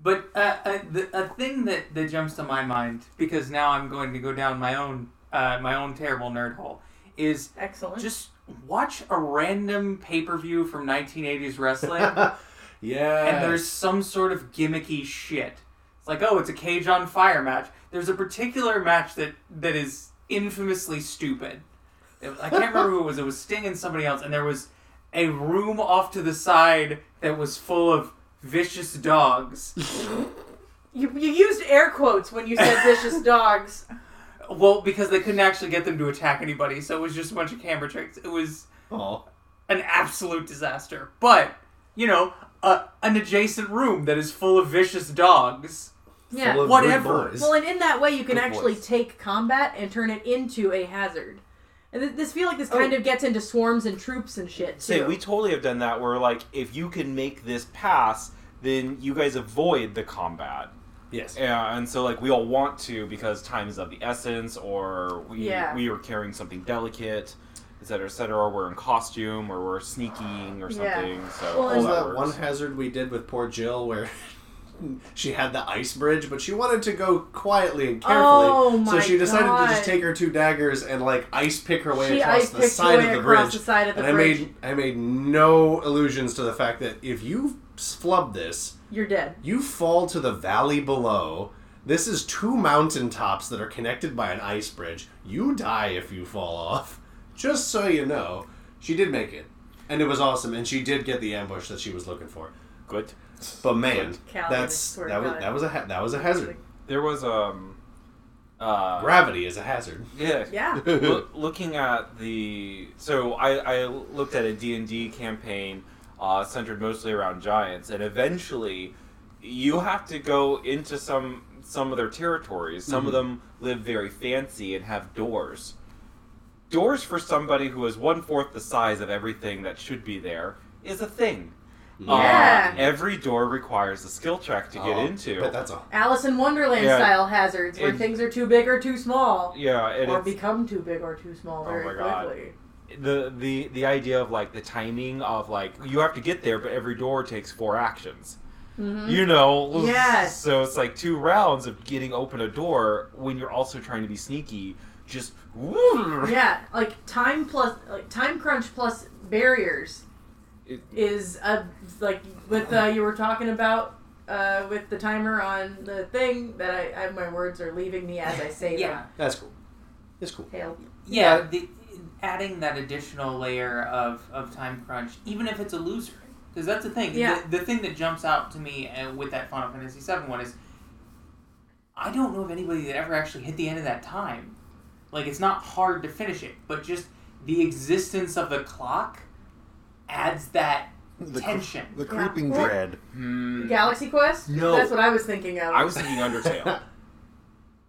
Speaker 5: but uh, uh, the, a thing that, that jumps to my mind because now I'm going to go down my own uh, my own terrible nerd hole is
Speaker 4: Excellent.
Speaker 5: just watch a random pay per view from 1980s wrestling, and
Speaker 1: yeah.
Speaker 5: there's some sort of gimmicky shit. It's like, oh, it's a cage on fire match. There's a particular match that that is infamously stupid. It- I can't remember who it was. It was Sting and somebody else, and there was a room off to the side that was full of vicious dogs.
Speaker 4: you, you used air quotes when you (laughs) said vicious dogs.
Speaker 5: Well, because they couldn't actually get them to attack anybody, so it was just a bunch of camera tricks. It was
Speaker 1: Aw.
Speaker 5: an absolute disaster. But, you know, a, an adjacent room that is full of vicious dogs.
Speaker 4: Yeah.
Speaker 1: Full of
Speaker 5: whatever.
Speaker 1: good boys.
Speaker 4: Well, and in that way, you can
Speaker 1: Good
Speaker 4: actually
Speaker 1: voice.
Speaker 4: take combat and turn it into a hazard. And th- this feel like this kind of gets into swarms and troops and shit too.
Speaker 7: Say we totally have done that where like if you can make this pass, then you guys avoid the combat.
Speaker 1: yes.
Speaker 7: Yeah, and so like we all want to because time is of the essence, or we
Speaker 4: Yeah.
Speaker 7: we are carrying something delicate, et cetera, et cetera, or we're in costume, or we're sneaking, or
Speaker 4: Yeah.
Speaker 7: something. So
Speaker 4: Well,
Speaker 7: all
Speaker 1: What was
Speaker 7: that,
Speaker 1: that
Speaker 7: works.
Speaker 1: one hazard we did with poor Jill where (laughs) she had the ice bridge, but she wanted to go quietly and carefully.
Speaker 4: Oh,
Speaker 1: so
Speaker 4: my
Speaker 1: she decided to
Speaker 4: God.
Speaker 1: just take her two daggers and like ice pick her way
Speaker 4: She
Speaker 1: across
Speaker 4: ice
Speaker 1: the
Speaker 4: picked her
Speaker 1: side
Speaker 4: way
Speaker 1: of the
Speaker 4: across
Speaker 1: bridge.
Speaker 4: the side of the
Speaker 1: and
Speaker 4: bridge.
Speaker 1: I made I made no allusions to the fact that if you flub this,
Speaker 4: You're dead.
Speaker 1: you fall to the valley below. This is two mountaintops that are connected by an ice bridge. You die if you fall off. Just so you know, she did make it. And it was awesome, and she did get the ambush that she was looking for.
Speaker 7: good.
Speaker 1: But man,
Speaker 4: Calvin, I
Speaker 1: that's
Speaker 4: swear
Speaker 1: that
Speaker 4: to
Speaker 1: was
Speaker 4: God.
Speaker 1: that was a ha- that was a hazard.
Speaker 7: There was um, uh,
Speaker 1: Gravity is a hazard.
Speaker 7: yeah,
Speaker 1: (laughs)
Speaker 4: Yeah.
Speaker 7: Look, looking at the so I, I looked at a d&d campaign uh, centered mostly around giants and eventually you have to go into some some of their territories some of
Speaker 1: Mm-hmm.
Speaker 7: them live very fancy and have doors doors for somebody who is one fourth the size of everything that should be there is a thing Uh,
Speaker 4: Yeah.
Speaker 7: every door requires a skill check to get
Speaker 1: Oh,
Speaker 7: into
Speaker 1: But that's a
Speaker 4: Alice in Wonderland
Speaker 7: Yeah.
Speaker 4: style hazards where
Speaker 7: It-
Speaker 4: things are too big or too small,
Speaker 7: yeah and
Speaker 4: or
Speaker 7: it's-
Speaker 4: become too big or too small
Speaker 7: Oh
Speaker 4: very
Speaker 7: my God.
Speaker 4: quickly.
Speaker 7: the the the idea of like the timing of like you have to get there, but every door takes four actions.
Speaker 4: Mm-hmm.
Speaker 7: You know,
Speaker 4: Hmm? Yes.
Speaker 7: So it's like two rounds of getting open a door when you're also trying to be sneaky. Just
Speaker 4: Yeah, like time plus, like time crunch plus barriers
Speaker 7: It-
Speaker 4: is a like with uh, you were talking about uh, with the timer on the thing that I, I my words are leaving me as I say
Speaker 5: Yeah.
Speaker 1: that's cool. It's cool.
Speaker 4: them. Hail.
Speaker 5: Yeah, the, adding that additional layer of, of time crunch, even if it's illusory. Because that's the thing.
Speaker 4: Yeah.
Speaker 5: The, the thing that jumps out to me uh, with that Final Fantasy VII one is I don't know of anybody that ever actually hit the end of that time. Like, it's not hard to finish it, but just the existence of the clock adds that
Speaker 6: The, cr-
Speaker 5: tension.
Speaker 6: the creeping
Speaker 4: Well-
Speaker 6: dread.
Speaker 7: Hmm.
Speaker 4: Galaxy Quest.
Speaker 7: No.
Speaker 4: that's what I was thinking of.
Speaker 7: I was thinking Undertale.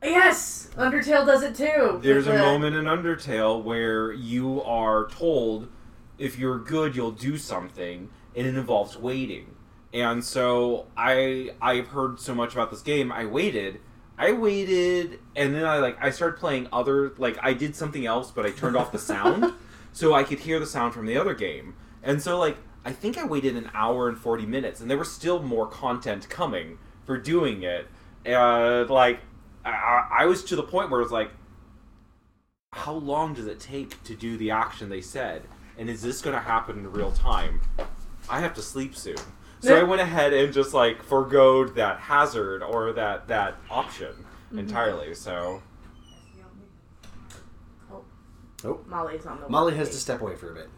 Speaker 4: yes, Undertale does it too.
Speaker 7: There's a
Speaker 4: With the-
Speaker 7: moment in Undertale where you are told if you're good, you'll do something, and it involves waiting. And so I I've heard so much about this game. I waited, I waited, and then I like I started playing other like I did something else, but I turned off the sound so I could hear the sound from the other game. And so like I think I waited an hour and 40 minutes and there was still more content coming for doing it. And like I- I, I was to the point where it was like how long does it take to do the action they said? And is this going to happen in real time? I have to sleep soon. So I went ahead and just like forgoed that hazard or that that option entirely. So
Speaker 4: Molly's on
Speaker 1: (laughs)
Speaker 4: the.
Speaker 1: Molly has
Speaker 4: way.
Speaker 1: to step away for a bit.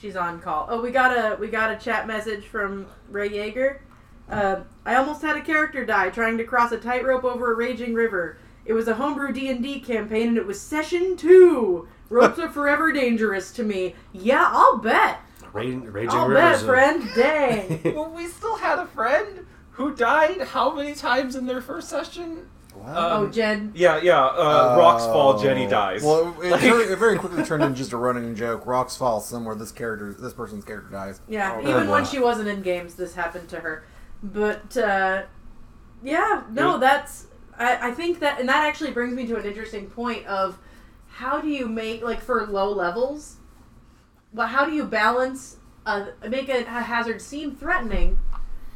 Speaker 4: She's on call. Oh, we got a we got a chat message from Ray Yeager. Uh, I almost had a character die trying to cross a tightrope over a raging river. It was a homebrew D and D campaign, and it was session two. Ropes are forever dangerous to me. Yeah, I'll bet.
Speaker 1: Raging, raging
Speaker 4: I'll bet,
Speaker 1: rivers. of-
Speaker 4: friend.
Speaker 1: (laughs)
Speaker 4: Dang.
Speaker 7: well, we still had a friend who died how many times in their first session?
Speaker 6: What?
Speaker 4: oh,
Speaker 7: Um,
Speaker 4: Jed.
Speaker 7: Yeah, yeah. Uh, rocks fall,
Speaker 6: Oh.
Speaker 7: Jenny dies.
Speaker 6: Well, it,
Speaker 7: Like-
Speaker 6: tur- it very quickly turned into just a running joke. Rocks fall somewhere. This character, this person's character dies.
Speaker 4: Yeah,
Speaker 7: Oh,
Speaker 4: even
Speaker 6: wow.
Speaker 4: when she wasn't in games, this happened to her. But uh, yeah, no, that's I, I think that, and that actually brings me to an interesting point of how do you make like for low levels, well, how do you balance uh, make a, a hazard seem threatening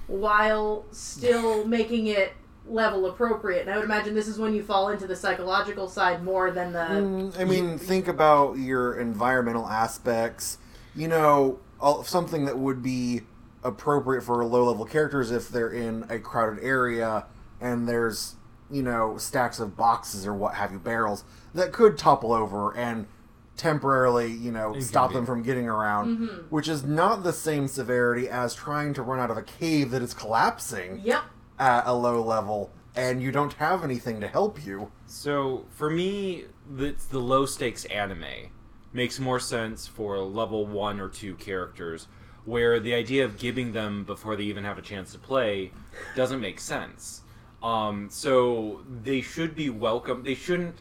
Speaker 4: while still making it level appropriate? And I would imagine this is when you fall into the psychological side more than the
Speaker 6: I mean, think about your environmental aspects. You know, all, something that would be appropriate for low level characters if they're in a crowded area and there's, you know, stacks of boxes or what have you, barrels that could topple over and temporarily, you know, stop them from getting around, which is not the same severity as trying to run out of a cave that is collapsing
Speaker 4: yep.
Speaker 6: at a low level and you don't have anything to help you.
Speaker 7: So for me, it's the low stakes anime makes more sense for level one or two characters, where the idea of giving them before they even have a chance to play doesn't make sense. Um, so they should be welcome. They shouldn't.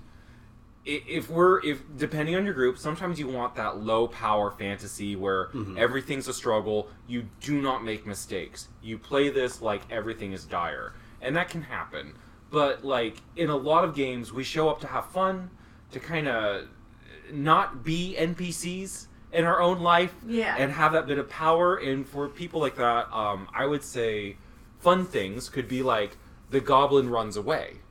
Speaker 7: i- If we're if depending on your group, sometimes you want that low power fantasy where everything's a struggle. You do not make mistakes. You play this like everything is dire, and that can happen. But like in a lot of games, we show up to have fun, to kind of not be NPCs in our own life
Speaker 4: Yeah.
Speaker 7: and have that bit of power. And for people like that, um, I would say fun things could be like the goblin runs away.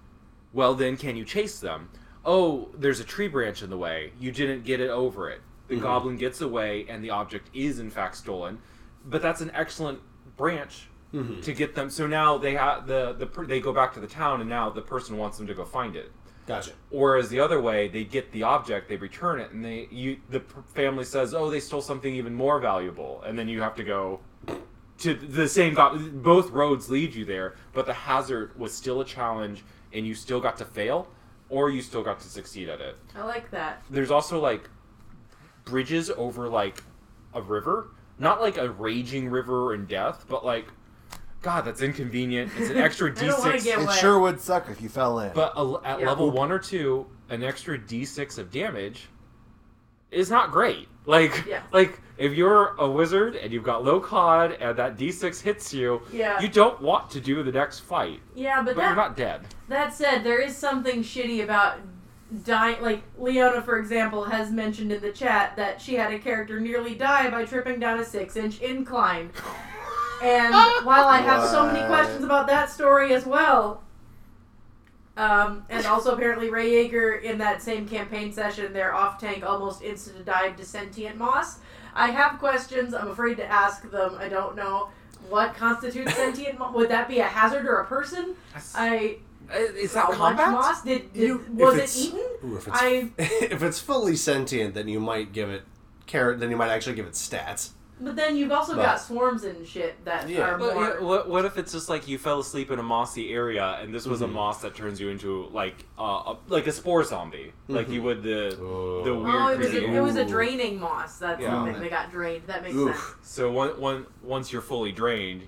Speaker 7: Well, then, can you chase them? Oh, there's a tree branch in the way. You didn't get it over it. The goblin gets away, and the object is in fact stolen. But that's an excellent branch to get them. So now they have the the per- they go back to the town, and now the person wants them to go find it.
Speaker 1: Gotcha.
Speaker 7: Whereas the other way, they get the object, they return it, and they you the p- family says, "Oh, they stole something even more valuable," and then you have to go to the same. Go- both roads lead you there, but the hazard was still a challenge, and you still got to fail, or you still got to succeed at it.
Speaker 4: I like that.
Speaker 7: There's also like bridges over like a river, not like a raging river and death, but like, God, that's inconvenient. It's an
Speaker 4: (laughs)
Speaker 7: extra
Speaker 4: I don't wanna
Speaker 7: d6
Speaker 4: get
Speaker 6: It
Speaker 4: Wet.
Speaker 6: sure would suck if you fell in.
Speaker 7: but a, at
Speaker 4: Yeah.
Speaker 7: level one or two, an extra d6 of damage is not great. Like,
Speaker 4: Yeah.
Speaker 7: (laughs) like if you're a wizard and you've got low cod and that d6 hits you,
Speaker 4: Yeah.
Speaker 7: you don't want to do the next fight,
Speaker 4: Yeah, but,
Speaker 7: but
Speaker 4: that
Speaker 7: you're not dead.
Speaker 4: That said, there is something shitty about dying. Like, Leona, for example, has mentioned in the chat that she had a character nearly die by tripping down a six inch incline. And while I have so many
Speaker 6: What?
Speaker 4: questions about that story as well, um, and also apparently Ray Yeager in that same campaign session, their off tank almost instant dive to sentient moss. I have questions. I'm afraid to ask them. I don't know what constitutes sentient moss. Would that be a hazard or a person? I
Speaker 7: Is
Speaker 4: how much moss did, did
Speaker 1: You-
Speaker 4: was
Speaker 1: if
Speaker 4: it
Speaker 1: it's-
Speaker 4: eaten?
Speaker 1: Ooh, if it's
Speaker 4: I
Speaker 1: (laughs) if it's fully sentient, then you might give it carrot. Then you might actually give it stats.
Speaker 4: but then you've also
Speaker 1: But-
Speaker 4: got swarms and shit that
Speaker 1: Yeah.
Speaker 4: are
Speaker 7: But,
Speaker 4: more.
Speaker 7: yeah, what, what if it's just like you fell asleep in a mossy area and this was a moss that turns you into like uh, a, like a spore zombie, like you would the the
Speaker 1: Oh.
Speaker 7: weird
Speaker 4: Oh, it was,
Speaker 7: creepy-
Speaker 4: a, it was a
Speaker 1: Ooh.
Speaker 4: draining moss. That's
Speaker 7: Yeah.
Speaker 4: the thing that got drained. That makes sense.
Speaker 1: Oof.
Speaker 7: So one, one, once you're fully drained,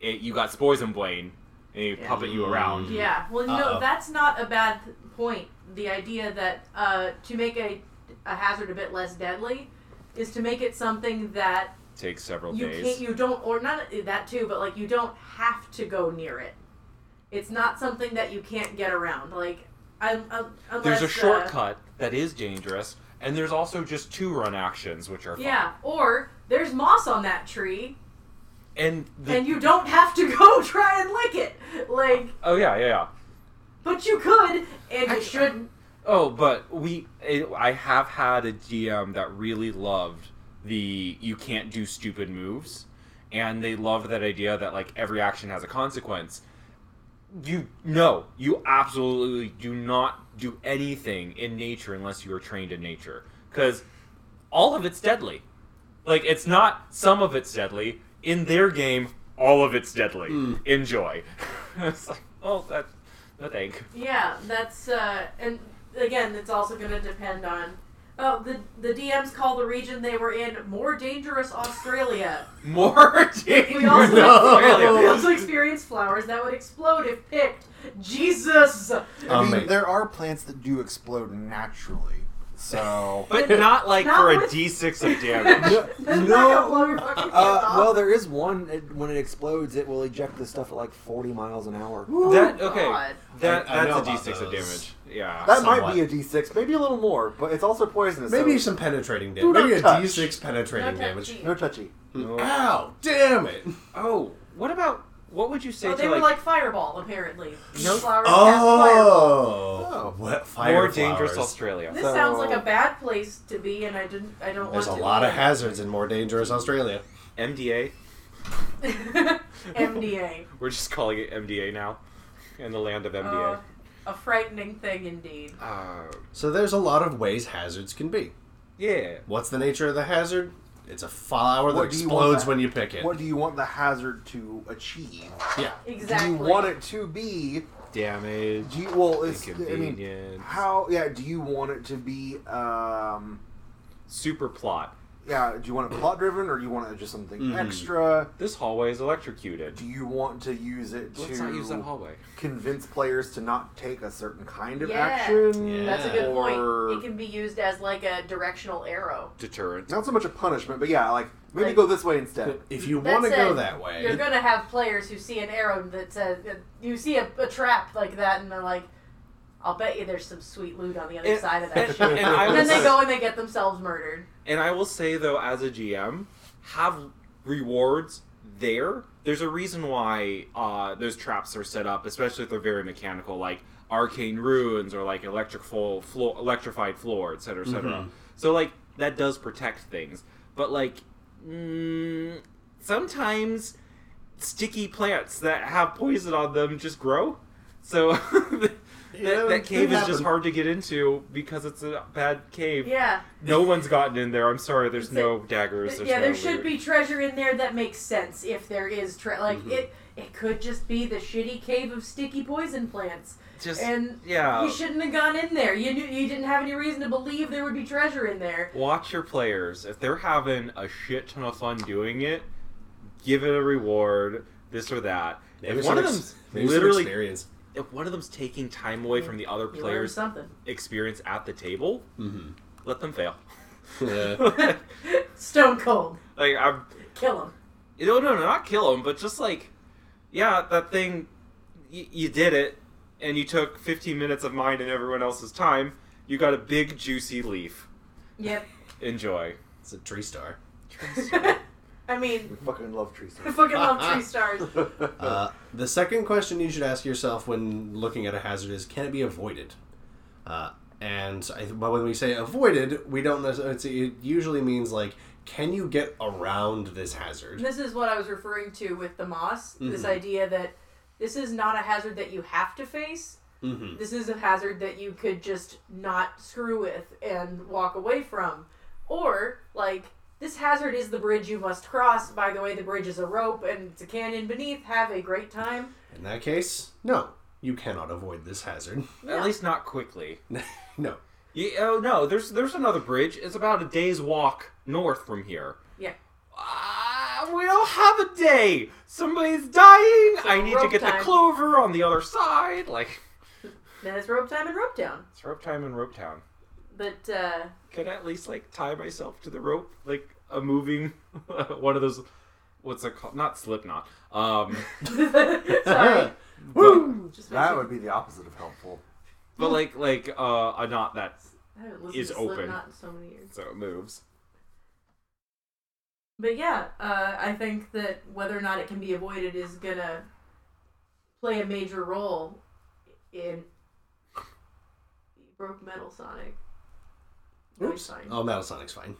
Speaker 7: it, you got spores and Blaine, and you
Speaker 4: Yeah.
Speaker 7: puppet you around.
Speaker 4: Yeah. Well, no,
Speaker 1: Uh-oh.
Speaker 4: that's not a bad th- point. The idea that uh, to make a, a hazard a bit less deadly is to make it something that
Speaker 7: Takes several
Speaker 4: you can't,
Speaker 7: Oh, days.
Speaker 4: you don't, or not that too, but like you don't have to go near it. It's not something that you can't get around. Like, I'm, I'm, unless,
Speaker 7: There's a
Speaker 4: uh,
Speaker 7: shortcut that is dangerous, and there's also just two run actions which are fun.
Speaker 4: Yeah, or there's moss on that tree,
Speaker 7: And the,
Speaker 4: and you don't have to go (laughs) try and lick it. Like,
Speaker 7: oh yeah yeah yeah.
Speaker 4: but you could, and you shouldn't.
Speaker 7: Oh, but we it, I have had a GM that really loved the you can't do stupid moves, and they loved that idea that like every action has a consequence. You no, you absolutely do not do anything in nature unless you are trained in nature, because all of it's deadly. Like it's not some of it's deadly in their game. All of it's deadly. Enjoy. (laughs) it's like oh that, no thank.
Speaker 4: Yeah, that's, uh, and again, it's also going to depend on Oh, the the DMs call the region they were in more dangerous Australia.
Speaker 7: (laughs) More
Speaker 4: We also,
Speaker 7: dangerous.
Speaker 1: No.
Speaker 7: (laughs)
Speaker 4: we also experienced flowers that would explode if picked. Jesus!
Speaker 6: I mean,
Speaker 1: Um,
Speaker 6: there are plants that do explode naturally. So
Speaker 7: (laughs) But not like
Speaker 4: Not
Speaker 7: for a
Speaker 4: with- Oh
Speaker 7: d6 of damage.
Speaker 8: No,
Speaker 4: That's
Speaker 8: no.
Speaker 4: not gonna blow your fucking head
Speaker 8: Uh,
Speaker 4: off.
Speaker 8: well, there is one. It, when it explodes, it will eject this stuff at like 40 miles an hour.
Speaker 4: Ooh, (laughs)
Speaker 7: That okay.
Speaker 4: God.
Speaker 7: That
Speaker 1: I- I know
Speaker 7: that's a
Speaker 1: about
Speaker 7: d6
Speaker 1: those.
Speaker 7: of damage. Yeah.
Speaker 6: that might
Speaker 1: somewhat.
Speaker 6: be a d6, maybe a little more, but it's also poisonous.
Speaker 1: Maybe
Speaker 6: so
Speaker 1: some penetrating
Speaker 6: Do
Speaker 1: damage.
Speaker 6: not
Speaker 1: Maybe a
Speaker 6: touch.
Speaker 1: D6 penetrating
Speaker 4: No
Speaker 1: damage.
Speaker 4: touchy.
Speaker 6: no touchy.
Speaker 1: Ow! Damn it!
Speaker 7: oh, what about what would you say
Speaker 4: Oh,
Speaker 7: to
Speaker 4: they were
Speaker 7: like,
Speaker 4: like fireball, apparently. These
Speaker 7: Nope.
Speaker 4: flowers cast fireball.
Speaker 1: Oh, what fire
Speaker 7: more dangerous
Speaker 1: flowers.
Speaker 7: Australia?
Speaker 4: This
Speaker 6: So-
Speaker 4: sounds like a bad place to be, and I didn't. I don't
Speaker 1: There's a
Speaker 4: want to.
Speaker 1: lot of hazards in more dangerous Australia.
Speaker 7: MDA.
Speaker 4: (laughs) MDA.
Speaker 7: We're just calling it MDA now. In the land of
Speaker 4: Uh,
Speaker 7: MDA.
Speaker 4: a frightening thing indeed.
Speaker 7: Uh,
Speaker 1: So there's a lot of ways hazards can be.
Speaker 7: yeah.
Speaker 1: What's the nature of the hazard? It's a flower that
Speaker 6: What do you want
Speaker 1: explodes
Speaker 6: that-
Speaker 1: when you pick it.
Speaker 6: What do you want the hazard to achieve?
Speaker 1: yeah.
Speaker 4: Exactly.
Speaker 6: Do you want it to be?
Speaker 7: Damage.
Speaker 6: Do you, well, it's, I mean,
Speaker 7: Inconvenience.
Speaker 6: how? Yeah. Do you want it to be? Um,
Speaker 7: Super plot.
Speaker 6: yeah. Do you want it plot driven, or do you want it just something extra?
Speaker 7: This hallway is electrocuted.
Speaker 6: Do you want to use it to
Speaker 7: Let's not use that hallway.
Speaker 6: convince players to not take a certain kind of
Speaker 4: Yeah.
Speaker 6: action?
Speaker 1: Yeah.
Speaker 4: That's a good
Speaker 6: Or-
Speaker 4: point. It can be used as like a directional arrow.
Speaker 7: Deterrent.
Speaker 6: Not so much a punishment, but yeah, like maybe
Speaker 4: Like-
Speaker 6: go this way instead.
Speaker 1: If you want to
Speaker 4: That's
Speaker 1: go
Speaker 4: it.
Speaker 1: that way,
Speaker 4: You're gonna have players who see an arrow that says uh, you see a, a trap like that, and they're like, "I'll bet you there's some sweet loot on the other
Speaker 7: And-
Speaker 4: side
Speaker 6: (laughs)
Speaker 4: of that."
Speaker 7: and,
Speaker 4: shit."
Speaker 7: and I
Speaker 4: And
Speaker 7: will
Speaker 4: then
Speaker 7: say,
Speaker 4: they go and they get themselves murdered.
Speaker 7: and I will say though, as a GM, have rewards there. There's a reason why uh, those traps are set up, especially if they're very mechanical, like arcane ruins or like electric fo- floor, electrified floor, et cetera, et cetera.
Speaker 1: Mm-hmm.
Speaker 7: So like that does protect things, but like mm, sometimes sticky plants that have poison on them just grow. So (laughs) that,
Speaker 1: Yeah,
Speaker 7: that
Speaker 1: it
Speaker 7: cave is
Speaker 1: happens.
Speaker 7: just hard to get into because it's a bad cave.
Speaker 4: Yeah,
Speaker 7: No one's gotten in there. I'm sorry. There's
Speaker 4: Is it-
Speaker 7: no daggers. There's
Speaker 4: yeah.
Speaker 7: no
Speaker 4: There should
Speaker 7: loot.
Speaker 4: be treasure in there that makes sense if there is tre- like
Speaker 7: Mm-hmm.
Speaker 4: it. It could just be the shitty cave of sticky poison plants,
Speaker 7: just
Speaker 4: and
Speaker 7: yeah.
Speaker 4: you shouldn't have gone in there. You knew you didn't have any reason to believe there would be treasure in there.
Speaker 7: Watch your players. If they're having a shit ton of fun doing it, give it a reward. This or that.
Speaker 1: maybe
Speaker 7: if one
Speaker 1: some
Speaker 7: of
Speaker 1: ex-
Speaker 7: them's
Speaker 1: maybe some
Speaker 7: literally,
Speaker 1: experience.
Speaker 7: if one of them's taking time away from the other
Speaker 4: You learned
Speaker 7: players' (laughs)
Speaker 4: something. (laughs)
Speaker 7: experience at the table, let them fail.
Speaker 1: Yeah.
Speaker 7: (laughs) like
Speaker 4: Stone cold.
Speaker 7: I'm
Speaker 4: Kill him.
Speaker 7: No, no, no, not kill him, but just like, yeah, that thing, y- you did it, and you took 15 minutes of mine and everyone else's time. You got a big, juicy leaf.
Speaker 4: Yep. (laughs)
Speaker 7: Enjoy.
Speaker 1: it's a tree star.
Speaker 4: I mean, (laughs)
Speaker 6: We fucking love trees. Uh, (laughs)
Speaker 4: I fucking love
Speaker 7: (laughs)
Speaker 4: tree stars.
Speaker 1: Uh, the second question you should ask yourself when looking at a hazard is can it be avoided? Uh, and I, but when we say avoided, we don't necessarily, it's, it usually means like, can you get around this hazard?
Speaker 4: This is what I was referring to with the moss.
Speaker 7: Mm-hmm.
Speaker 4: This idea that this is not a hazard that you have to face.
Speaker 1: Mm-hmm.
Speaker 4: This is a hazard that you could just not screw with and walk away from. Or, like, this hazard is the bridge you must cross. By the way, the bridge is a rope and it's a canyon beneath. Have a great time.
Speaker 1: In that case, no, you cannot avoid this hazard. (laughs)
Speaker 4: Yeah.
Speaker 7: At least not quickly.
Speaker 1: no.
Speaker 7: You, oh, no, there's, there's another bridge. It's about a day's walk north from here.
Speaker 4: Yeah.
Speaker 7: Ah, we don't have a day. Somebody's dying.
Speaker 4: So
Speaker 7: I need to
Speaker 4: rope
Speaker 7: get
Speaker 4: time.
Speaker 7: the clover on the other side. Like,
Speaker 4: Then it's rope time and rope down.
Speaker 7: it's rope time in Rope Town.
Speaker 4: But, uh, (laughs)
Speaker 6: (laughs)
Speaker 7: Can I at least like tie myself to the rope, like a moving (laughs) one of those. What's it called? Not slip knot. Um,
Speaker 4: sorry.
Speaker 7: Woo!
Speaker 4: Just makes
Speaker 6: That
Speaker 4: me-
Speaker 6: would be the opposite of helpful.
Speaker 7: but like like uh, a knot that
Speaker 4: I haven't listened
Speaker 7: is
Speaker 4: to
Speaker 7: open.
Speaker 4: Slipknot in so many years.
Speaker 7: so it moves.
Speaker 4: But yeah, uh, I think that whether or not it can be avoided is gonna play a major role in you broke Metal Sonic. No, it's
Speaker 1: Oops.
Speaker 4: fine.
Speaker 1: Oh, Metal Sonic's fine.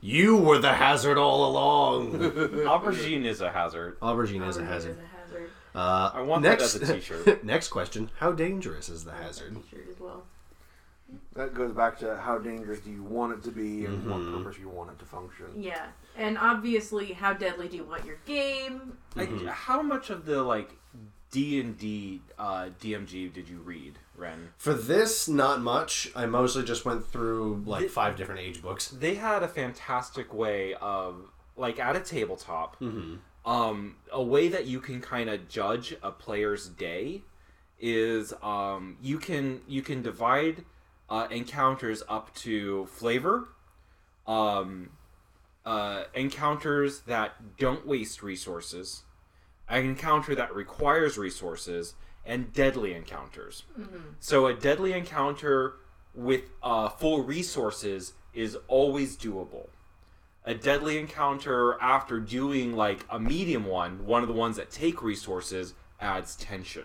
Speaker 1: you were the hazard all along.
Speaker 7: Aubergine is a hazard.
Speaker 1: Aubergine is a
Speaker 4: Overheat
Speaker 1: hazard.
Speaker 4: is a hazard.
Speaker 1: Uh,
Speaker 7: I want that
Speaker 1: next, (laughs)
Speaker 7: as a t-shirt.
Speaker 1: next question: How dangerous is the hazard?
Speaker 4: Featured as well.
Speaker 6: That goes back to how dangerous do you want it to be and what purpose you want it to function.
Speaker 4: Yeah, and obviously, how deadly do you want your game?
Speaker 7: I, how much of the like D and D DMG did you read, Ren?
Speaker 1: For this, not much. I mostly just went through like five different age books.
Speaker 7: They had a fantastic way of like at a tabletop, um, a way that you can kind of judge a player's day is um, you can you can divide uh, encounters up to flavor, um, uh, encounters that don't waste resources, an encounter that requires resources, and deadly encounters. So a deadly encounter with uh, full resources is always doable. A deadly encounter after doing like a medium one, one of the ones that take resources, adds tension.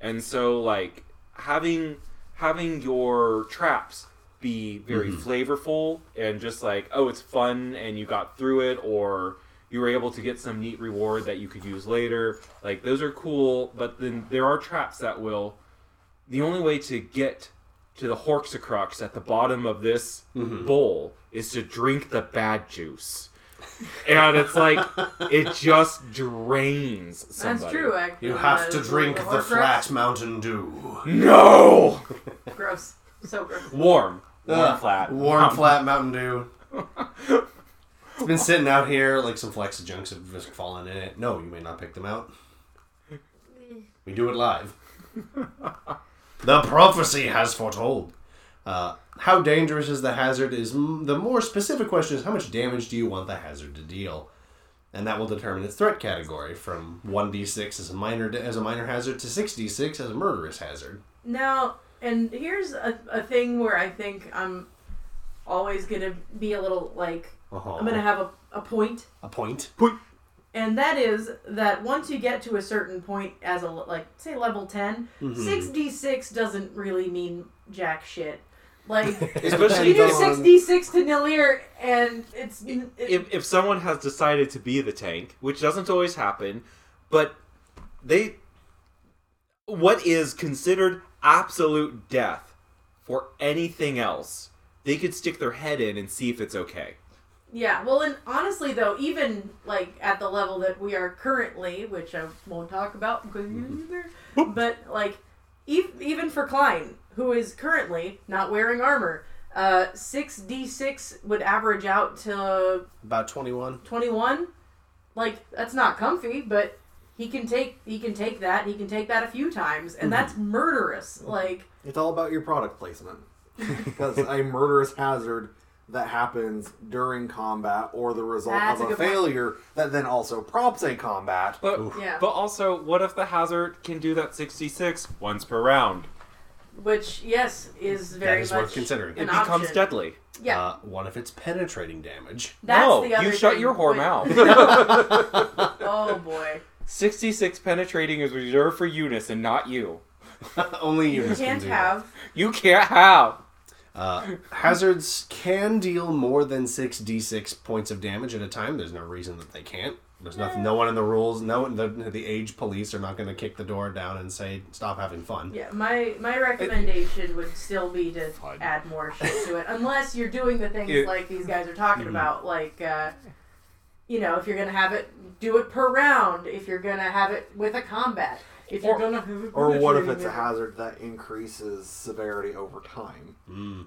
Speaker 7: And so like having having your traps be very flavorful and just like, oh, it's fun and you got through it or you were able to get some neat reward that you could use later. Like those are cool, but then there are traps that will the only way to get to the Horcrux at the bottom of this bowl is to drink the bad juice. And it's like it just drains somebody.
Speaker 4: That's true. Actually,
Speaker 1: You
Speaker 4: Uh,
Speaker 1: have to drink
Speaker 4: Horcrux?
Speaker 1: the flat Mountain Dew.
Speaker 7: No.
Speaker 4: Gross. So gross.
Speaker 7: Warm. Warm
Speaker 1: Ugh.
Speaker 7: flat.
Speaker 1: Uh, Warm
Speaker 7: Um,
Speaker 1: flat Mountain Dew. It's been sitting out here like some flax junks have just fallen in it. No, you may not pick them out. We do it live. the prophecy has foretold. Uh, how dangerous is the hazard? Is m- the more specific question is how much damage do you want the hazard to deal, and that will determine its threat category from one d six as a minor as a minor hazard to six d six as a murderous hazard.
Speaker 4: Now, and here's a, a thing where I think I'm always gonna be a little like
Speaker 1: Uh-huh.
Speaker 4: I'm gonna have a, a point,
Speaker 1: a point.
Speaker 4: and that is that once you get to a certain point, as a l- like say level 10
Speaker 7: Mm-hmm.
Speaker 4: six d six doesn't really mean jack shit.
Speaker 6: (laughs)
Speaker 4: Like
Speaker 6: Especially
Speaker 4: you do
Speaker 6: on-
Speaker 4: six d six to Nilir, and it's it,
Speaker 7: if, if someone has decided to be the tank, which doesn't always happen, but they what is considered absolute death for anything else, they could stick their head in and see if it's okay.
Speaker 4: Yeah, well, and honestly, though, even like at the level that we are currently, which I won't talk about because you
Speaker 7: Mm-hmm.
Speaker 4: there, but like ev- even for Klein, who is currently not wearing armor, uh, six d six would average out to
Speaker 1: About twenty one.
Speaker 4: twenty one. Like that's not comfy, but he can take he can take that. He can take that a few times, and
Speaker 7: Mm-hmm.
Speaker 4: that's murderous. Like
Speaker 6: It's all about your product placement. (laughs) Because a murderous hazard that happens during combat or the result
Speaker 4: That's a
Speaker 6: of a,
Speaker 4: good point.
Speaker 6: failure that then also prompts a combat.
Speaker 7: But
Speaker 4: Yeah.
Speaker 7: but also, what if the hazard can do that sixty six once per round?
Speaker 4: which yes is very
Speaker 1: is
Speaker 4: much
Speaker 1: worth considering.
Speaker 4: an
Speaker 7: It becomes
Speaker 4: option.
Speaker 7: deadly.
Speaker 4: Yeah,
Speaker 1: Uh, what if it's penetrating damage? (laughs)
Speaker 4: that's
Speaker 7: no,
Speaker 4: the other
Speaker 7: you shut
Speaker 4: thing,
Speaker 7: your whore
Speaker 4: but-
Speaker 7: mouth.
Speaker 4: (laughs)
Speaker 7: (laughs)
Speaker 4: Oh
Speaker 1: (laughs)
Speaker 4: boy.
Speaker 7: sixty six penetrating is reserved for Eunice and not you.
Speaker 1: Only
Speaker 4: You
Speaker 1: units can
Speaker 4: can't
Speaker 1: do that.
Speaker 4: have.
Speaker 7: You can't have.
Speaker 1: Uh, hazards can deal more than six d6 points of damage at a time. There's no reason that they can't. There's nothing. No one in the rules. No, the, the age police are not going to kick the door down and say stop having fun.
Speaker 4: Yeah, my my recommendation would still be to add more shit to it, unless you're doing the things
Speaker 7: It-
Speaker 4: like these guys are talking
Speaker 6: Mm-hmm.
Speaker 4: about, like. Uh, you know, if you're gonna have it, do it per round. If you're gonna have it with a combat, if you're
Speaker 7: Or-
Speaker 4: gonna have it
Speaker 6: Or
Speaker 4: with
Speaker 6: what if it's a hazard that increases severity over time?
Speaker 1: Mm.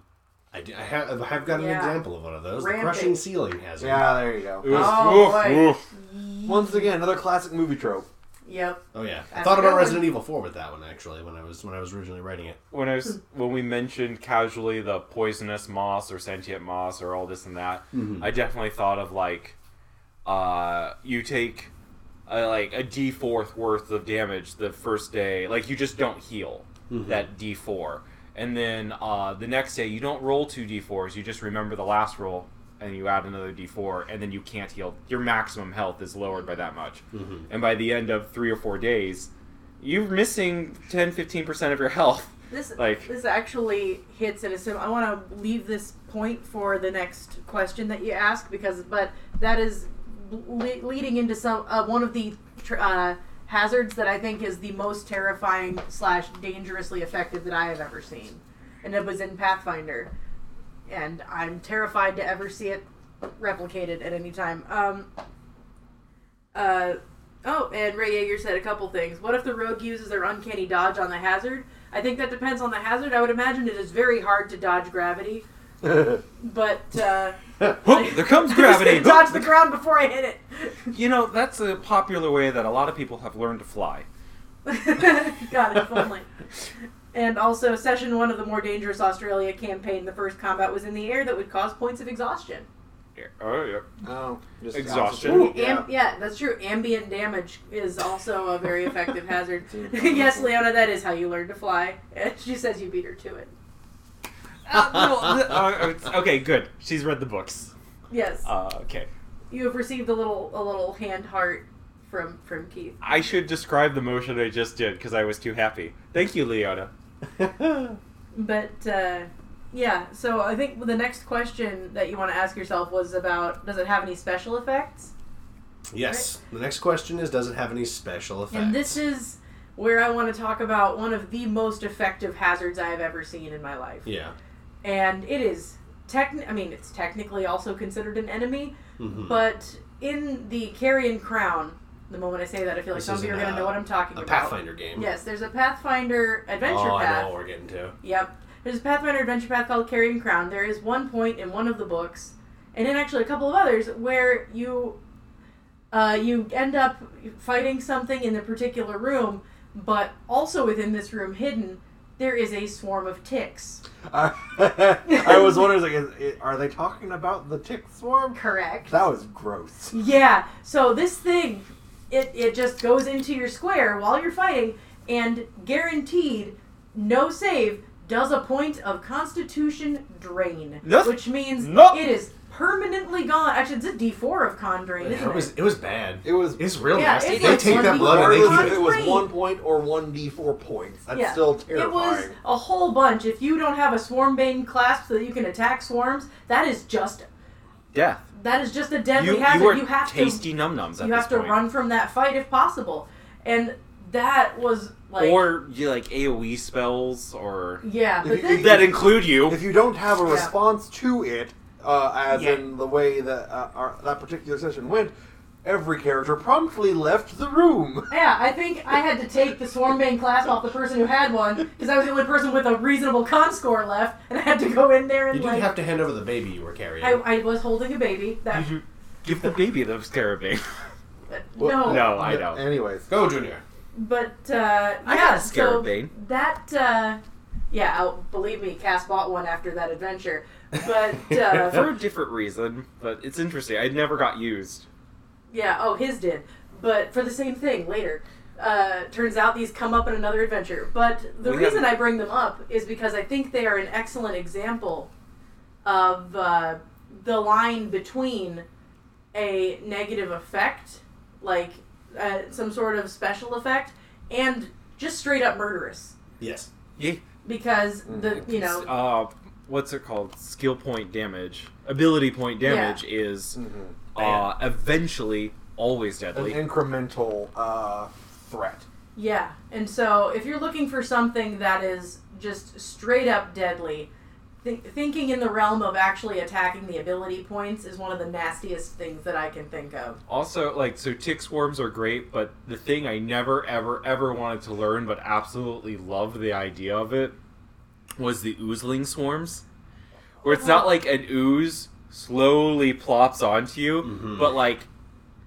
Speaker 1: I, do- I, have, I have got an
Speaker 4: Yeah.
Speaker 1: example of one of those. The
Speaker 4: Rampage.
Speaker 1: crushing ceiling hazard.
Speaker 6: Yeah, there you go.
Speaker 4: Oh, boy.
Speaker 6: Once again, another classic movie trope.
Speaker 4: Yep.
Speaker 1: Oh yeah. I
Speaker 4: That's
Speaker 1: thought
Speaker 4: a
Speaker 1: about
Speaker 4: good
Speaker 1: Resident Evil 4 with that one actually when I was when I was originally writing it.
Speaker 7: when I was when we mentioned casually the poisonous moss or sentient moss or all this and that, I definitely thought of like uh, you take a, like a D fourth worth of damage the first day, like you just don't heal
Speaker 1: Mm-hmm.
Speaker 7: that D four, and then uh, the next day you don't roll two D fours, you just remember the last roll and you add another D four, and then you can't heal. Your maximum health is lowered by that much,
Speaker 1: Mm-hmm.
Speaker 7: and by the end of three or four days. You're missing 10 15% of your health. (laughs)
Speaker 4: This
Speaker 7: Like-
Speaker 4: this actually hits at a sim. I want to leave this point for the next question that you ask because, but that is le- leading into some uh, one of the tr- uh, hazards that I think is the most terrifying slash dangerously effective that I have ever seen, and it was in Pathfinder, and I'm terrified to ever see it replicated at any time. Um, uh, Oh, and Ray Yeager said a couple things. What if the rogue uses their uncanny dodge on the hazard? I think that depends on the hazard. I would imagine it is very hard to dodge gravity, but uh,
Speaker 7: Whoop,
Speaker 4: (laughs)
Speaker 7: there comes gravity.
Speaker 4: dodge the ground before I hit
Speaker 7: You know, that's a popular way that a lot of people have learned to fly.
Speaker 4: it. (laughs) Got it. if Only. And also, session one of the more dangerous Australia campaign. The first combat was in the air that would cause points of exhaustion.
Speaker 7: Yeah, Oh, yeah.
Speaker 6: Oh, just
Speaker 7: Exhaustion.
Speaker 4: Ooh,
Speaker 6: opposite.
Speaker 4: yeah.
Speaker 6: Yeah.
Speaker 4: Am- yeah, that's true. Ambient damage is also a very effective hazard. (laughs) yes, Leona, that is how you learn to fly. (laughs) she says you beat her to it.
Speaker 7: Uh, well, (laughs) th- uh, it's- okay, good. She's read the books.
Speaker 4: Yes,
Speaker 7: Uh, okay.
Speaker 4: you have received a little a little hand heart from from Keith.
Speaker 7: I should describe the motion I just did because I was too happy. Thank you, Leona.
Speaker 4: But uh, yeah, so I think the next question that you want to ask yourself was about does it have any special effects?
Speaker 1: (laughs) Yes. The next question is Does it have any special effects?
Speaker 4: And this is where I want to talk about one of the most effective hazards I have ever seen in my life.
Speaker 1: Yeah.
Speaker 4: and it is tech I mean it's technically also considered an enemy,
Speaker 1: Mm. Mm-hmm.
Speaker 4: but in the Carrion Crown, the moment I say that I feel like
Speaker 1: This
Speaker 4: some
Speaker 1: is
Speaker 4: of you are
Speaker 1: an,
Speaker 4: going to know
Speaker 1: uh,
Speaker 4: what I'm talking
Speaker 1: A
Speaker 4: about.
Speaker 1: Pathfinder game.
Speaker 4: Yes, there's a Pathfinder adventure
Speaker 1: Oh, I
Speaker 4: path.
Speaker 1: know what we're getting to.
Speaker 4: Yep. There's a Pathfinder adventure path called Carrion Crown. There is one point in one of the books, and then actually a couple of others where you uh, you end up fighting something in the particular room, but also within this room, hidden, there is a swarm of ticks.
Speaker 6: (laughs) I was wondering, like, is, is, are they talking about the tick swarm?
Speaker 4: Correct.
Speaker 6: That was gross.
Speaker 4: Yeah. So this thing, it it just goes into your square while you're fighting, and guaranteed, no save does a point of Constitution drain,
Speaker 7: Yes.
Speaker 4: which means
Speaker 7: No.
Speaker 4: it is permanently gone. Actually, it's a D4 of con drain, isn't
Speaker 1: It
Speaker 4: (laughs) it?
Speaker 1: was, it was bad.
Speaker 6: It was.
Speaker 1: It's real
Speaker 4: Yeah,
Speaker 1: nasty.
Speaker 4: it's
Speaker 1: They
Speaker 4: like
Speaker 1: take that
Speaker 4: one
Speaker 1: blood and
Speaker 4: big
Speaker 1: they keep
Speaker 6: regardless
Speaker 4: blood.
Speaker 1: it.
Speaker 6: if it was
Speaker 4: Great.
Speaker 6: one point or one d four points. That's
Speaker 4: Yeah.
Speaker 6: still
Speaker 4: It was
Speaker 6: terrifying.
Speaker 4: a whole bunch. If you don't have a swarm bane clasp so that you can attack swarms, that is just
Speaker 7: Death.
Speaker 4: that is just a deadly
Speaker 7: you,
Speaker 4: hazard.
Speaker 7: you are
Speaker 4: you have
Speaker 7: tasty num nums
Speaker 4: to you
Speaker 7: at this
Speaker 4: have to
Speaker 7: point.
Speaker 4: run from that fight if possible, and that was like
Speaker 7: or you like AOE spells or
Speaker 4: yeah. But
Speaker 6: If you-
Speaker 4: this,
Speaker 7: that include you.
Speaker 6: If you don't have a
Speaker 4: Yeah.
Speaker 6: response to it, uh, as
Speaker 5: Yeah.
Speaker 6: in the way that uh, our, that particular session went, every character promptly left the room.
Speaker 4: Yeah, I think I had to take the swarm bane class off the person who had one because I was the only person with a reasonable con score left, and I had to go in there and
Speaker 1: You did
Speaker 4: like
Speaker 1: have to hand over the baby you were carrying.
Speaker 4: I, I was holding a baby. That
Speaker 7: Give the baby the (laughs) scarabine.
Speaker 4: uh,
Speaker 6: Well,
Speaker 4: no,
Speaker 7: no, I don't.
Speaker 6: Anyways,
Speaker 1: Go, Junior.
Speaker 4: but uh,
Speaker 7: I got
Speaker 4: yeah,
Speaker 7: a scarabane.
Speaker 4: So that uh, yeah, oh, believe me, Cass bought one after that adventure. But uh,
Speaker 7: (laughs) For a different reason, but it's interesting. I never got used.
Speaker 4: yeah, oh his did, but for the same thing later. Uh, turns out these come up in another adventure. But the
Speaker 7: We
Speaker 4: reason
Speaker 7: have-
Speaker 4: I bring them up is because I think they are an excellent example of uh, the line between a negative effect, like uh, some sort of special effect, and just straight up murderous.
Speaker 1: Yes.
Speaker 7: Yeah.
Speaker 4: Because
Speaker 7: Hmm,
Speaker 4: the you know
Speaker 7: Uh, what's it called? Skill point damage. Ability point damage is
Speaker 6: Mm, Mm-hmm.
Speaker 7: uh, eventually always
Speaker 6: an
Speaker 7: deadly.
Speaker 6: incremental uh, threat.
Speaker 4: Yeah, and so if you're looking for something that is just straight up deadly, th- thinking in the realm of actually attacking the ability points is one of the nastiest things that I can think of.
Speaker 7: Also, like, so tick swarms are great, but the thing I never, ever, ever wanted to learn, but absolutely loved the idea of it, was the oozling swarms. Where it's
Speaker 4: Oh.
Speaker 7: not like an ooze slowly plops onto you, but like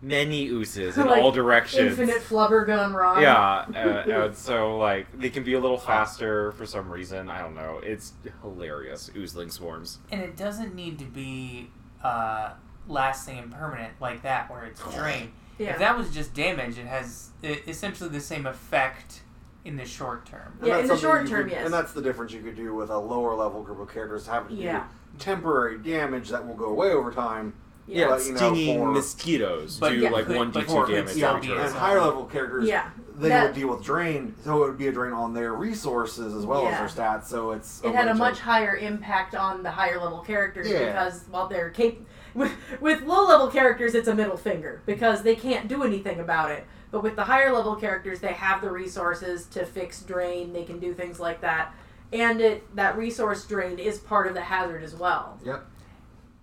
Speaker 7: many oozes in
Speaker 4: Like,
Speaker 7: all directions.
Speaker 4: Infinite flubber gone wrong.
Speaker 7: (laughs) yeah, uh, and so like they can be a little faster for some reason. I don't know. It's hilarious oozling swarms.
Speaker 5: And it doesn't need to be uh, lasting and permanent like that, where it's drained.
Speaker 4: Yeah.
Speaker 5: If that was just damage, it has e- essentially the same effect in the short term.
Speaker 6: And
Speaker 4: Yeah,
Speaker 6: that's
Speaker 4: in the
Speaker 6: something
Speaker 4: short
Speaker 6: you
Speaker 4: term,
Speaker 6: could-
Speaker 4: yes.
Speaker 6: And that's the difference you could do with a lower level group of characters having to
Speaker 4: Yeah.
Speaker 6: do temporary damage that will go away over time.
Speaker 4: Yeah.
Speaker 6: but, you know,
Speaker 7: stinging
Speaker 6: for-
Speaker 7: mosquitoes
Speaker 5: But
Speaker 7: do
Speaker 5: yeah,
Speaker 7: like
Speaker 5: could-
Speaker 7: one d
Speaker 5: but
Speaker 7: two
Speaker 5: could
Speaker 7: damage.
Speaker 5: still
Speaker 7: Yeah,
Speaker 6: Yeah,
Speaker 5: be
Speaker 6: and
Speaker 5: its own.
Speaker 6: higher level characters,
Speaker 4: Yeah,
Speaker 6: they
Speaker 4: that-
Speaker 6: would deal with drain, so it would be a drain on their resources as well
Speaker 4: Yeah.
Speaker 6: as their stats. So it's
Speaker 4: It had a
Speaker 6: win-win.
Speaker 4: much higher impact on the higher level characters
Speaker 6: Yeah.
Speaker 4: because while they're cap- with, with low level characters, it's a middle finger because they can't do anything about it. But with the higher level characters, they have the resources to fix drain. They can do things like that, and it that resource drain is part of the hazard as well.
Speaker 6: Yep.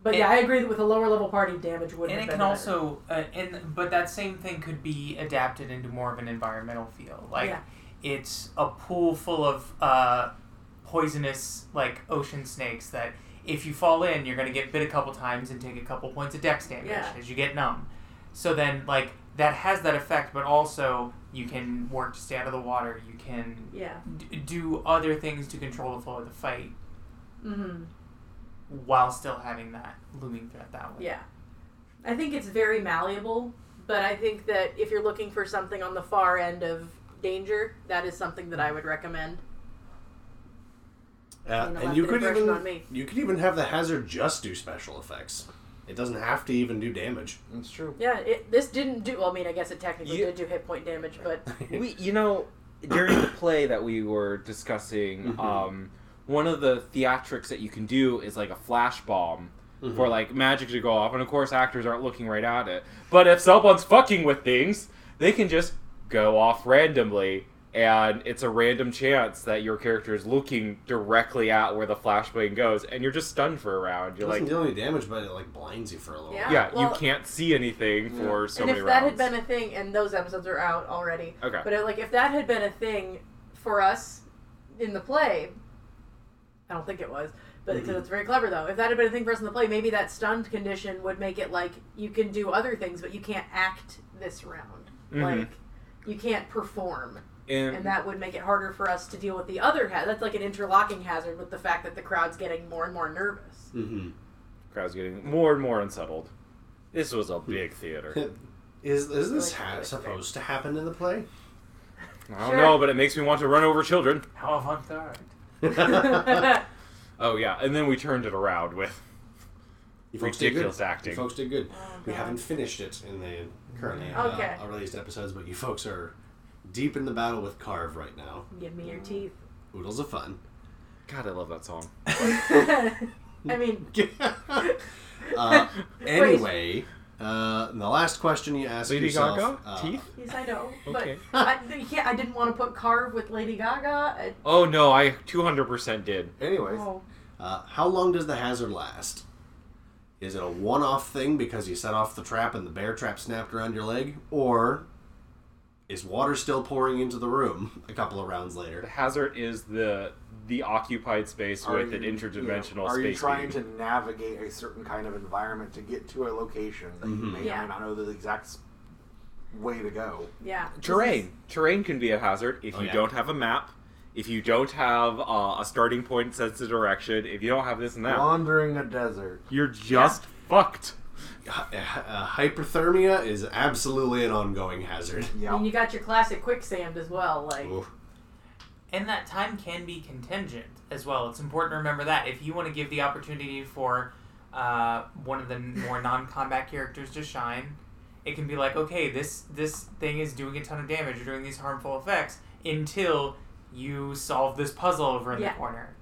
Speaker 4: But yeah, I agree that with a lower level party, damage would.
Speaker 5: And
Speaker 4: have
Speaker 5: it
Speaker 4: been
Speaker 5: can
Speaker 4: better.
Speaker 5: also, uh, and but that same thing could be adapted into more of an environmental feel. Like
Speaker 4: Yeah.
Speaker 5: it's a pool full of uh, poisonous like ocean snakes that if you fall in, you're gonna get bit a couple times and take a couple points of dex damage
Speaker 4: Yeah.
Speaker 5: as you get numb. So then, like that has that effect, but also you can work to stay out of the water. You can
Speaker 4: Yeah.
Speaker 5: d- do other things to control the flow of the fight
Speaker 4: Mm-hmm.
Speaker 5: while still having that looming threat that way.
Speaker 4: Yeah. I think it's very malleable, but I think that if you're looking for something on the far end of danger, that is something that I would recommend.
Speaker 1: Uh,
Speaker 4: You know,
Speaker 1: and
Speaker 4: left
Speaker 1: you
Speaker 4: an
Speaker 1: could
Speaker 4: impression
Speaker 1: even
Speaker 4: on me.
Speaker 1: you could even have the hazard just do special effects. It doesn't have to even do damage.
Speaker 6: That's true.
Speaker 4: Yeah, it, this didn't do. Well, I mean, I guess it technically
Speaker 7: You-
Speaker 4: did do hit point damage, but
Speaker 7: we you know during the play that we were discussing
Speaker 1: Mm-hmm.
Speaker 7: um one of the theatrics that you can do is like a flash bomb
Speaker 1: Mm-hmm.
Speaker 7: for like magic to go off and of course actors aren't looking right at it but if someone's fucking with things they can just go off randomly and it's a random chance that your character is looking directly at where the flashbang goes and you're just stunned for a round
Speaker 1: It
Speaker 7: you're
Speaker 1: doesn't
Speaker 7: like
Speaker 1: do any damage, but it like blinds you for a little.
Speaker 4: Yeah.
Speaker 1: while.
Speaker 7: yeah
Speaker 4: Well-
Speaker 7: you can't see anything
Speaker 6: Yeah.
Speaker 7: for so
Speaker 4: and
Speaker 7: many
Speaker 4: if that had
Speaker 7: rounds
Speaker 4: been a thing, and those episodes are out already,
Speaker 7: okay
Speaker 4: but uh, like if that had been a thing for us in the play, I don't think it was, but
Speaker 7: Mm-hmm.
Speaker 4: because it's very clever though. If that had been a thing for us in the play, maybe that stunned condition would make it like you can do other things, but you can't act this round.
Speaker 7: Mhm.
Speaker 4: Like you can't perform,
Speaker 7: And-
Speaker 4: and that would make it harder for us to deal with the other. Ha- that's like an interlocking hazard with the fact that the crowd's getting more and more
Speaker 7: (laughs)
Speaker 4: nervous. (laughs)
Speaker 1: Mm-hmm.
Speaker 7: crowd's getting more and more unsettled. This was a big theater.
Speaker 1: (laughs) Is is this
Speaker 4: Like,
Speaker 1: ha-
Speaker 4: like-
Speaker 1: supposed to happen in the
Speaker 4: (laughs)
Speaker 1: (laughs) play?
Speaker 7: I don't
Speaker 4: Sure.
Speaker 7: know, but it makes me want to run over children.
Speaker 5: How avant-garde.
Speaker 7: Oh yeah, and then we turned it around with
Speaker 1: You folks did good.
Speaker 7: ridiculous
Speaker 1: You
Speaker 7: acting.
Speaker 1: folks did good. we
Speaker 4: Oh, God.
Speaker 1: haven't finished it in the currently uh,
Speaker 4: Okay.
Speaker 1: uh, released episodes, but you folks are deep in the battle with Carve right now.
Speaker 4: Give me your teeth. (laughs)
Speaker 1: Oodles of fun.
Speaker 7: God, I love that song.
Speaker 4: I mean,
Speaker 1: uh, anyway, uh, the last question you asked
Speaker 7: Lady
Speaker 1: yourself,
Speaker 7: Gaga,
Speaker 1: uh,
Speaker 7: teeth.
Speaker 4: yes, I know,
Speaker 7: Okay.
Speaker 4: but I, yeah, I didn't want to put carve with Lady Gaga. I,
Speaker 7: Oh no, I 200% did.
Speaker 1: Anyways,
Speaker 4: oh.
Speaker 1: Uh, how long does the hazard last? Is it a one off thing because you set off the trap and the bear trap snapped around your leg? Or is water still pouring into the room a couple of rounds
Speaker 7: The
Speaker 1: later?
Speaker 7: hazard is the the occupied space
Speaker 6: Are
Speaker 7: with an
Speaker 6: you-
Speaker 7: interdimensional
Speaker 6: you know, Are you
Speaker 7: space.
Speaker 6: trying
Speaker 7: beam.
Speaker 6: to navigate a certain kind of environment to get to a location that you
Speaker 7: Mm-hmm.
Speaker 6: may or
Speaker 4: Yeah.
Speaker 6: may not know the exact s- way to go?
Speaker 4: Yeah. this
Speaker 7: terrain? Terrain can be a hazard if
Speaker 1: Oh,
Speaker 7: you
Speaker 1: yeah.
Speaker 7: don't have a map. If you don't have uh, a starting point sense of direction, if you don't have this and that,
Speaker 6: Wandering a desert.
Speaker 7: you're just fucked.
Speaker 1: Hy- uh, hyperthermia is absolutely an ongoing hazard.
Speaker 4: is- I mean,
Speaker 6: Yeah.
Speaker 4: you got your classic quicksand as well. Like,
Speaker 1: Oof.
Speaker 5: And that time can be contingent as well. It's important to remember that. If you want to give the opportunity for uh, one of the more non combat characters to shine, it can be like, okay, this, this thing is doing a ton of damage, you're doing these harmful effects until you solve this puzzle over in
Speaker 4: Yeah.
Speaker 5: the corner.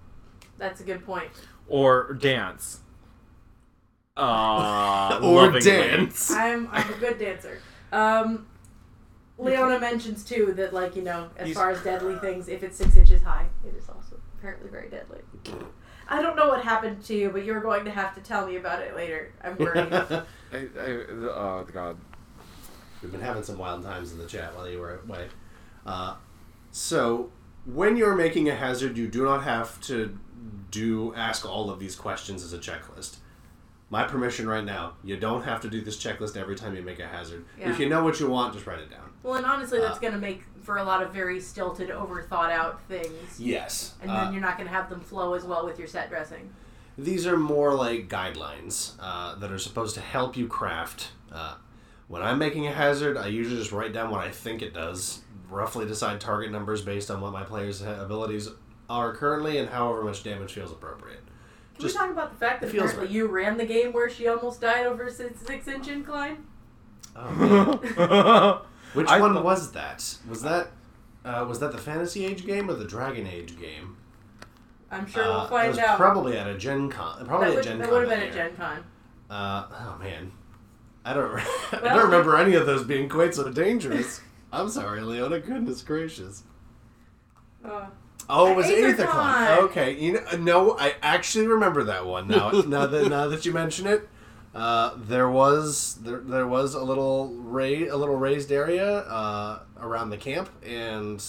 Speaker 4: that's a good point.
Speaker 7: or dance.
Speaker 1: (laughs)
Speaker 7: Uh,
Speaker 1: Or
Speaker 4: (laughs)
Speaker 7: lovingly.
Speaker 1: dance.
Speaker 4: I'm I'm a good dancer. Um, Leona mentions too that like you know as
Speaker 7: He's-
Speaker 4: far as deadly things, if it's six inches high, it is also apparently very deadly. I don't know what happened to you, but you're going to have to tell me about it later. I'm worried.
Speaker 7: I, I, oh
Speaker 1: (laughs)
Speaker 7: god.
Speaker 1: We've been having some wild times in the chat while you were away. Uh, so, when you're making a hazard, you do not have to do ask all of these questions as a checklist. My permission right now, you don't have to do this checklist every time you make a hazard.
Speaker 4: Yeah.
Speaker 1: If you know what you want, just write it down.
Speaker 4: well, and honestly, that's
Speaker 1: Uh,
Speaker 4: going to make for a lot of very stilted, over thought out things,
Speaker 1: Yes.
Speaker 4: and then you're not going to have them flow as well with your set dressing.
Speaker 1: these are more like guidelines uh, that are supposed to help you craft. Uh, when I'm making a hazard, I usually just write down what I think it does, roughly decide target numbers based on what my player's ha- abilities are currently and however much damage feels appropriate.
Speaker 4: Can
Speaker 1: Just-
Speaker 4: we talk about the fact that
Speaker 1: it feels
Speaker 4: apparently you ran the game where she almost died over a six, six inch incline?
Speaker 1: (laughs) Which
Speaker 7: Oh, I
Speaker 1: one
Speaker 7: thought-
Speaker 1: was that? Was that uh, was that the Fantasy Age game or the Dragon Age game?
Speaker 4: I'm sure
Speaker 1: Uh,
Speaker 4: we'll
Speaker 1: it
Speaker 4: find
Speaker 1: was
Speaker 4: out.
Speaker 1: Probably at a Gen Con. Probably
Speaker 4: that
Speaker 1: at
Speaker 4: would,
Speaker 1: Gen
Speaker 4: that
Speaker 1: Con.
Speaker 4: would have been
Speaker 1: that
Speaker 4: at
Speaker 1: year.
Speaker 4: Gen Con.
Speaker 1: Uh, oh man, I don't. (laughs) I
Speaker 4: Well-
Speaker 1: don't remember any of those being quite so dangerous. I'm sorry, Leona. Goodness gracious.
Speaker 4: Oh.
Speaker 1: Oh, it was
Speaker 4: Aethercon.
Speaker 1: Aethercon. Okay, you know, no, I actually remember that one now. now that now that you mention it, uh, there was there, there was a little ra- a little raised area uh, around the camp, and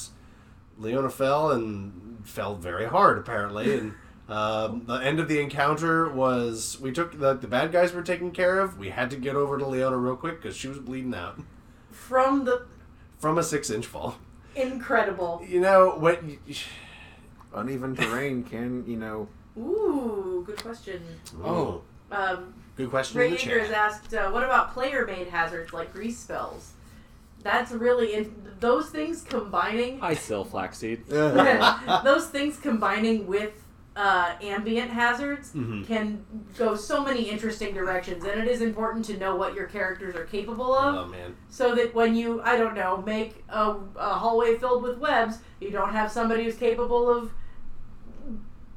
Speaker 1: Leona fell and fell very hard apparently. And um, the end of the encounter was we took the, the bad guys were taken care of. We had to get over to Leona real quick because she was bleeding out
Speaker 4: From the
Speaker 1: from a six inch fall.
Speaker 4: incredible.
Speaker 1: You know what?
Speaker 6: Uneven terrain can, you know.
Speaker 4: Ooh, good question.
Speaker 1: Oh,
Speaker 4: Um,
Speaker 1: good question. in
Speaker 4: Ray
Speaker 1: the
Speaker 4: Yeager
Speaker 1: chat.
Speaker 4: has asked, uh, what about player made hazards like grease spells? That's really in those things combining.
Speaker 7: I sell
Speaker 4: (laughs)
Speaker 7: flaxseed.
Speaker 4: those things combining with uh, ambient hazards
Speaker 1: Mhm.
Speaker 4: can go so many interesting directions, and it is important to know what your characters are capable of,
Speaker 1: Oh man.
Speaker 4: so that when you, I don't know, make a, a hallway filled with webs, you don't have somebody who's capable of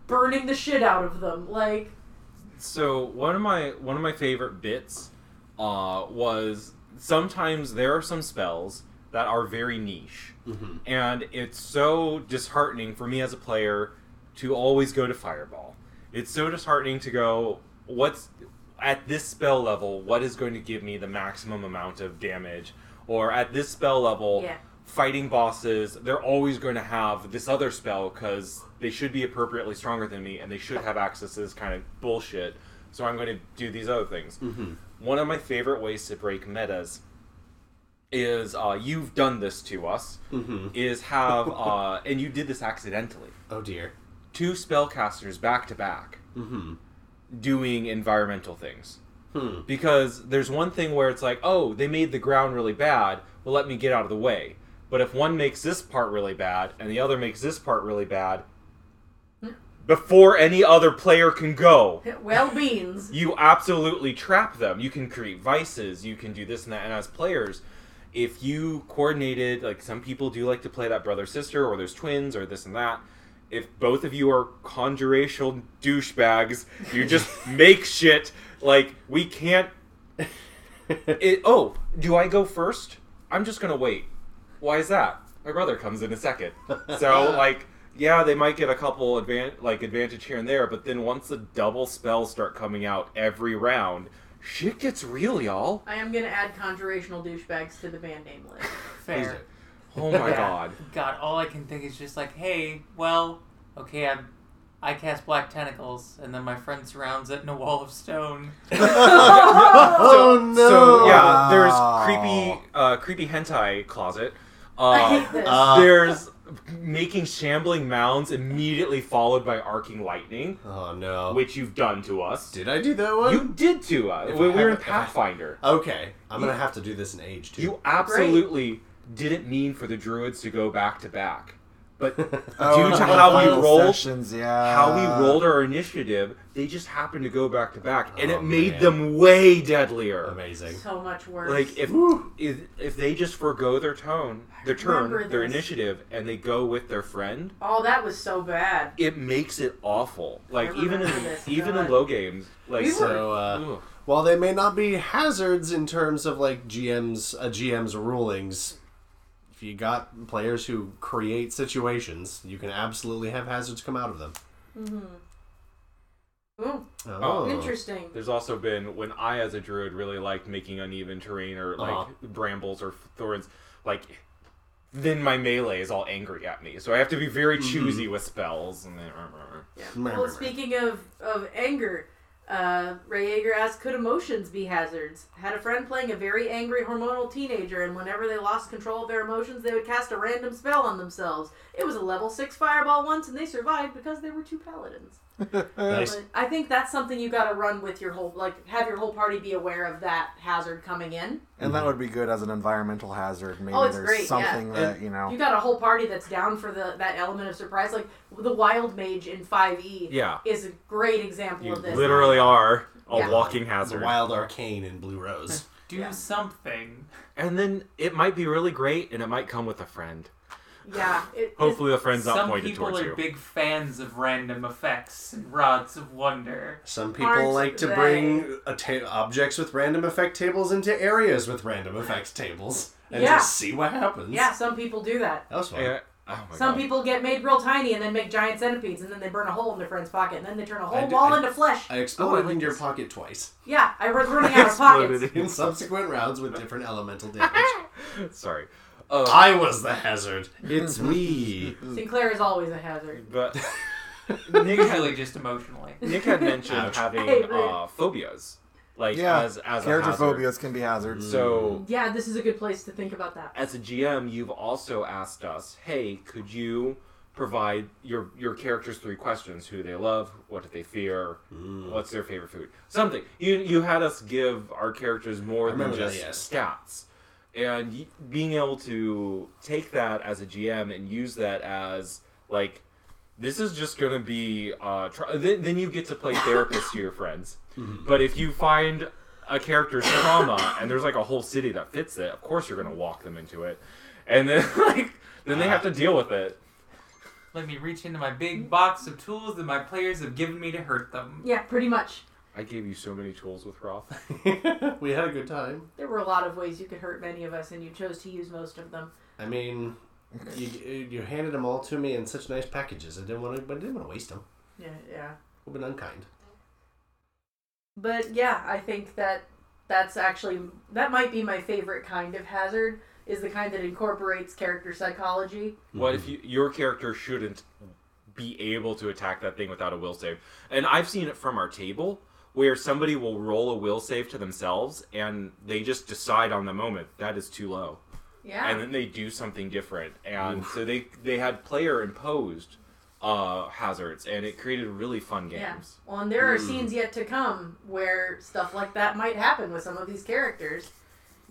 Speaker 4: burning the shit out of them. Like,
Speaker 7: so one of my one of my favorite bits uh, was sometimes there are some spells that are very niche
Speaker 1: Mhm.
Speaker 7: and it's so disheartening for me as a player to always go to fireball it's so disheartening to go what's at this spell level what is going to give me the maximum amount of damage or at this spell level
Speaker 4: Yeah.
Speaker 7: fighting bosses they're always going to have this other spell because they should be appropriately stronger than me and they should have access to this kind of bullshit so i'm going to do these other things one of my favorite ways to break metas is uh, you've done this to us is have uh, and you did this accidentally
Speaker 1: Oh dear.
Speaker 7: two spellcasters back to back doing environmental things
Speaker 1: Hmm.
Speaker 7: because there's one thing where it's like oh they made the ground really bad well let me get out of the way but if one makes this part really bad and the other makes this part really bad before any other player can go
Speaker 4: (laughs) well, beans.
Speaker 7: you absolutely trap them. You can create vices. You can do this and that. And as players, if you coordinated, like some people do like to play that brother sister, or there's twins, or this and that. If both of you are conjurational douchebags, you just make shit. Like we can't. It, oh, do I go first? I'm just gonna wait. Why is that? My brother comes in
Speaker 1: (laughs)
Speaker 7: a second. So like, yeah, they might get a couple advan- like advantage here and there, but then once the double spells start coming out every round, shit gets real, y'all.
Speaker 4: I am gonna add conjurational douchebags to the band name list.
Speaker 1: Please
Speaker 5: Fair.
Speaker 1: (laughs)
Speaker 7: Oh my
Speaker 5: Yeah.
Speaker 7: god.
Speaker 5: God, all I can think is just like, hey, well, okay, I'm, I cast black tentacles, and then my friend surrounds it in a wall of stone.
Speaker 1: Oh no.
Speaker 7: So yeah, there's
Speaker 6: Wow.
Speaker 7: creepy, uh, creepy hentai closet. Uh,
Speaker 4: (laughs) I hate this.
Speaker 1: Uh,
Speaker 7: there's making shambling mounds immediately followed by arcing lightning,
Speaker 1: Oh no.
Speaker 7: which you've done to us.
Speaker 1: Did I do that one?
Speaker 7: you did to us.
Speaker 1: If
Speaker 7: We
Speaker 1: I
Speaker 7: we were in
Speaker 1: haven't- if I-
Speaker 7: Pathfinder.
Speaker 1: Okay. I'm gonna have to do this in age too. (laughs)
Speaker 7: You absolutely didn't mean for the druids to go back to back, but
Speaker 6: Oh,
Speaker 7: due to
Speaker 6: and
Speaker 7: how
Speaker 6: final
Speaker 7: we rolled,
Speaker 6: sessions, yeah.
Speaker 7: how
Speaker 1: Uh,
Speaker 7: we rolled our initiative, they just happened to go back to back, and
Speaker 1: Oh,
Speaker 7: it made
Speaker 1: man.
Speaker 7: them way deadlier.
Speaker 1: Amazing.
Speaker 4: so (laughs) much worse.
Speaker 7: Like if, if if they just forego their tone, their
Speaker 4: remember
Speaker 7: turn, their
Speaker 4: this.
Speaker 7: initiative, and they go with their friend,
Speaker 4: oh, that was so bad.
Speaker 7: it makes it awful. Like even in
Speaker 4: remember this,
Speaker 7: even in
Speaker 4: God.
Speaker 7: low games, like
Speaker 4: We were-
Speaker 1: So uh,
Speaker 7: Ugh.
Speaker 1: while they may not be hazards in terms of like GM's a GM's rulings, if you got players who create situations, you can absolutely have hazards come out of them.
Speaker 4: Ooh,
Speaker 1: Oh,
Speaker 4: interesting.
Speaker 7: There's also been when I, as a druid, really liked making uneven terrain or like
Speaker 1: Uh-huh.
Speaker 7: brambles or thorns. Like, then my melee is all angry at me, so I have to be very choosy with spells. And then,
Speaker 4: Yeah. Well, speaking of of anger, uh, Ray Yeager asked, "Could emotions be hazards?" Had a friend playing a very angry hormonal teenager, and whenever they lost control of their emotions, they would cast a random spell on themselves. It was a level six fireball once, and they survived because they were two paladins.
Speaker 1: nice.
Speaker 4: But I think that's something you got to run with your whole like have your whole party be aware of that hazard coming in.
Speaker 6: And that would be good as an environmental hazard. Maybe
Speaker 4: Oh, it's
Speaker 6: there's
Speaker 4: great, yeah.
Speaker 6: something that, you
Speaker 4: You
Speaker 6: know.
Speaker 4: got a whole party that's down for the that element of surprise, like the wild mage in Five E.
Speaker 7: Yeah.
Speaker 4: is a great example
Speaker 7: you
Speaker 4: of this.
Speaker 7: literally are a
Speaker 4: Yeah.
Speaker 7: walking
Speaker 1: The
Speaker 7: hazard.
Speaker 1: wild arcane in Blue Rose.
Speaker 5: Do
Speaker 4: Yeah.
Speaker 5: something.
Speaker 7: And then it might be really great, and it might come with a friend.
Speaker 4: Yeah, it, it's-
Speaker 7: Hopefully, the friend's not
Speaker 5: Some
Speaker 7: pointed
Speaker 5: people
Speaker 7: towards
Speaker 5: are
Speaker 7: you.
Speaker 5: big fans of random effects and rods of wonder.
Speaker 1: Some people
Speaker 4: Aren't
Speaker 1: like to
Speaker 4: they?
Speaker 1: bring a ta- objects with random effect tables into areas with random effects tables (laughs) and
Speaker 4: Yeah.
Speaker 1: just see what happens.
Speaker 4: Yeah, some people do that.
Speaker 1: That was fun.
Speaker 7: Yeah, Oh my
Speaker 4: Some
Speaker 7: God.
Speaker 4: people get made real tiny and then make giant centipedes and then they burn a hole in their friend's pocket and then they turn a
Speaker 1: I
Speaker 4: whole
Speaker 1: did-
Speaker 4: wall
Speaker 1: I-
Speaker 4: into flesh.
Speaker 1: I exploded
Speaker 5: like
Speaker 1: in your
Speaker 5: this.
Speaker 1: pocket twice
Speaker 4: yeah, I was running out of pockets.
Speaker 1: in subsequent rounds with different elemental damage.
Speaker 4: (laughs)
Speaker 7: Sorry. Uh,
Speaker 1: I was the hazard. It's me.
Speaker 4: Sinclair is always a hazard.
Speaker 7: but Nick had,
Speaker 5: Usually just emotionally.
Speaker 7: Nick had mentioned
Speaker 1: Ouch.
Speaker 4: Hey,
Speaker 7: having
Speaker 4: rude.
Speaker 7: uh, phobias, like
Speaker 6: Yeah,
Speaker 7: as as
Speaker 6: Character
Speaker 7: a hazard.
Speaker 6: phobias can be hazards. Mm.
Speaker 1: Mm.
Speaker 7: So
Speaker 4: Yeah, this is a good place to think about that.
Speaker 7: as a GM, you've also asked us, hey, could you provide your your characters three questions: who they love, what do they fear,
Speaker 1: Mm.
Speaker 7: what's their favorite food, something. You you had us give our characters more than
Speaker 1: remember that, yes.
Speaker 7: just stats, and y- being able to take that as a GM and use that as like. This is just gonna be. Uh, tra- then, then you get to play therapist to your friends.
Speaker 1: Mm-hmm.
Speaker 7: But if you find a character's trauma and there's like a whole city that fits it, of course you're gonna walk them into it, and then (laughs) like then they have to deal with it.
Speaker 5: Let me reach into my big box of tools that my players have given me to hurt them.
Speaker 4: Yeah, pretty much.
Speaker 7: I gave you so many tools with Roth.
Speaker 1: we had a good time.
Speaker 4: There were a lot of ways you could hurt many of us, and you chose to use most of them.
Speaker 1: I mean, you, you handed them all to me in such nice packages. I didn't want to. I didn't want to waste them.
Speaker 4: Yeah, yeah.
Speaker 1: We've been unkind.
Speaker 4: But yeah, I think that that's actually that might be my favorite kind of hazard is the kind that incorporates character psychology.
Speaker 7: (laughs) what if you, your character shouldn't be able to attack that thing without a will save? And I've seen it from our table where somebody will roll a will save to themselves and they just decide on the moment that is too low.
Speaker 4: Yeah.
Speaker 7: and then they do something different and so they they had player imposed uh hazards and it created really fun
Speaker 4: yeah.
Speaker 7: games
Speaker 4: Well, and there are scenes yet to come where stuff like that might happen with some of these characters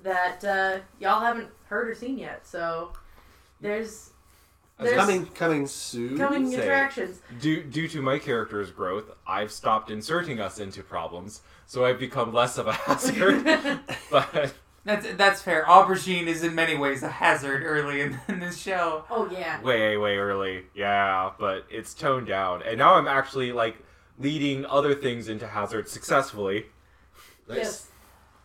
Speaker 4: that uh, y'all haven't heard or seen yet. So there's there's
Speaker 1: Coming, coming soon. (laughs)
Speaker 4: coming
Speaker 7: say-
Speaker 4: attractions.
Speaker 7: due, due to my character's growth i've stopped inserting us into problems so i've become less of a (laughs) hazard but
Speaker 5: That's that's fair. Aubergine is in many ways a hazard early in, (laughs) in this show.
Speaker 4: Oh yeah.
Speaker 7: way way early yeah but it's toned down and now i'm actually like leading other things into hazards successfully
Speaker 4: Yes.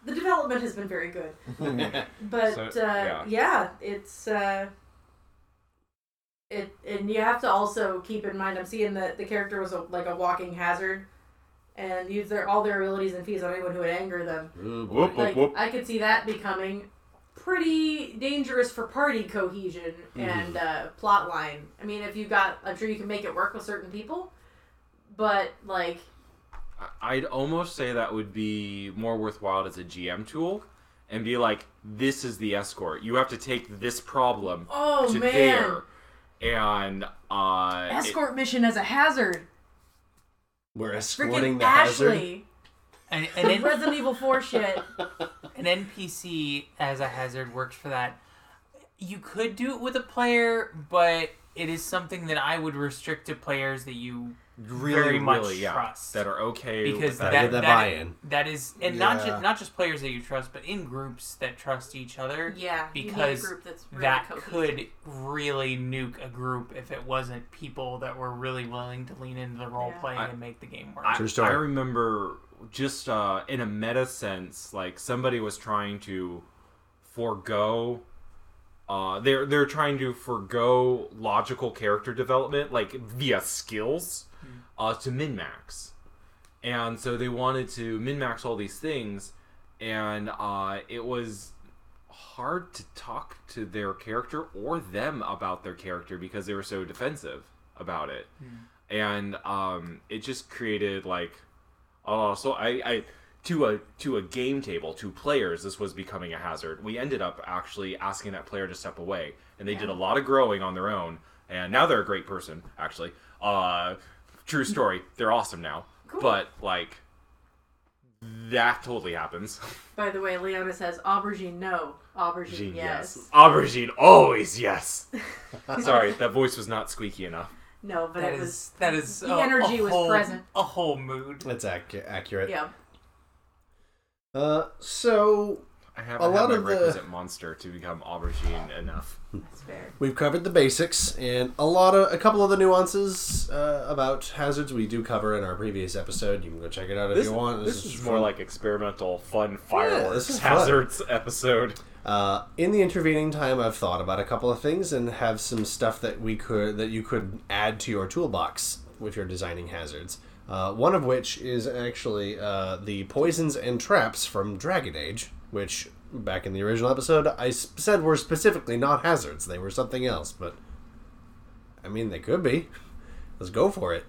Speaker 4: The development has been very good.
Speaker 1: Oh,
Speaker 4: But
Speaker 7: So,
Speaker 4: uh,
Speaker 7: yeah.
Speaker 4: yeah. it's uh, it, and you have to also keep in mind. I'm seeing that the character was a, like a walking hazard, and use their all their abilities and fees on anyone who would anger them.
Speaker 1: Ooh, boy.
Speaker 7: Whoop, whoop,
Speaker 4: Like
Speaker 7: whoop.
Speaker 4: I could see that becoming pretty dangerous for party cohesion and uh, plot line. I mean, if you got, I'm sure you can make it work with certain people, but like,
Speaker 7: I'd almost say that would be more worthwhile as a GM tool and be like, this is the escort. You have to take this problem
Speaker 4: oh
Speaker 7: to
Speaker 4: man,
Speaker 7: there. And uh it-
Speaker 4: escort mission as a hazard.
Speaker 1: We're escorting
Speaker 4: Freaking
Speaker 1: the hazard.
Speaker 4: Ashley,
Speaker 5: And, and
Speaker 4: and
Speaker 5: it,
Speaker 4: Resident Evil 4 shit.
Speaker 5: an NPC as a hazard works for that. You could do it with a player, but it is something that I would restrict to players that you
Speaker 7: really,
Speaker 5: very much
Speaker 7: really, yeah,
Speaker 5: trust.
Speaker 7: That are okay
Speaker 5: because
Speaker 7: with
Speaker 5: that,
Speaker 7: that.
Speaker 1: Gotta get that buy-in.
Speaker 5: that is and not
Speaker 6: Yeah.
Speaker 5: just not just players that you trust, but in groups that trust each other.
Speaker 4: (laughs) Yeah, you need a
Speaker 5: because
Speaker 4: group that's really
Speaker 5: that
Speaker 4: cohesive.
Speaker 5: could really nuke a group if it wasn't people that were really willing to lean into the role
Speaker 4: Yeah.
Speaker 5: playing
Speaker 7: I-
Speaker 5: and make the game work.
Speaker 7: I,
Speaker 1: True story.
Speaker 7: I remember just uh, in a meta sense, like somebody was trying to forego. Uh, they're they're trying to forego logical character development, like via skills, uh, to min max, and so they wanted to min max all these things, and uh, it was hard to talk to their character or them about their character because they were so defensive about it and um, it just created like oh so I, I to a to a game table to players this was becoming a hazard we ended up actually asking that player to step away and they did a lot of growing on their own and now they're a great person actually uh true
Speaker 1: Mm-hmm.
Speaker 7: story they're awesome now but like that
Speaker 1: (laughs)
Speaker 7: totally happens (laughs)
Speaker 4: By the way, Leona says aubergine no, aubergine yes.
Speaker 7: aubergine
Speaker 1: (laughs)
Speaker 7: always yes sorry that voice was not squeaky enough
Speaker 4: No, but
Speaker 5: that
Speaker 4: it
Speaker 5: is
Speaker 4: was
Speaker 5: that is
Speaker 4: the
Speaker 5: a- a
Speaker 4: energy was
Speaker 5: whole-
Speaker 4: present.
Speaker 5: A whole mood.
Speaker 1: That's accu- accurate.
Speaker 4: yeah.
Speaker 1: Uh, so
Speaker 7: I haven't
Speaker 1: A
Speaker 7: had
Speaker 1: lot
Speaker 7: my
Speaker 1: of the-
Speaker 7: requisite monster to become aubergine enough.
Speaker 4: That's fair.
Speaker 1: We've covered the basics and a lot of a couple of the nuances uh, about hazards we do cover in our previous episode. You can go check it out if
Speaker 7: This,
Speaker 1: you want.
Speaker 7: this is more
Speaker 1: fun.
Speaker 7: like experimental, fun fireworks
Speaker 1: this is fun.
Speaker 7: hazards (laughs) episode.
Speaker 1: Uh, in the intervening time, I've thought about a couple of things and have some stuff that we could that you could add to your toolbox if you're designing hazards. Uh, one of which is actually uh, the poisons and traps from Dragon Age, which back in the original episode I s- said were specifically not hazards; they were something else. But I mean, they could be. (laughs) Let's go for it.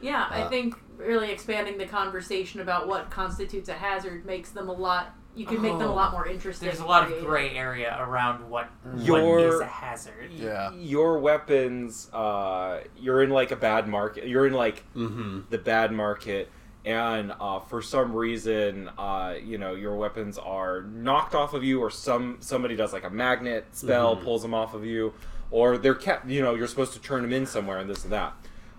Speaker 4: Yeah,
Speaker 5: Uh,
Speaker 4: I think really expanding the conversation about what constitutes a hazard makes them a lot. You can make them a lot more interesting.
Speaker 5: Oh, There's a lot of
Speaker 4: creative.
Speaker 5: gray area around what what
Speaker 7: Your-
Speaker 5: is a hazard.
Speaker 6: Yeah.
Speaker 7: Your weapons, uh, you're in like a bad market. You're in like
Speaker 1: Mm-hmm.
Speaker 7: the bad market and uh, for some reason uh, you know your weapons are knocked off of you or some somebody does like a magnet spell pulls them off of you or they're kept you know you're supposed to turn them in somewhere and this and that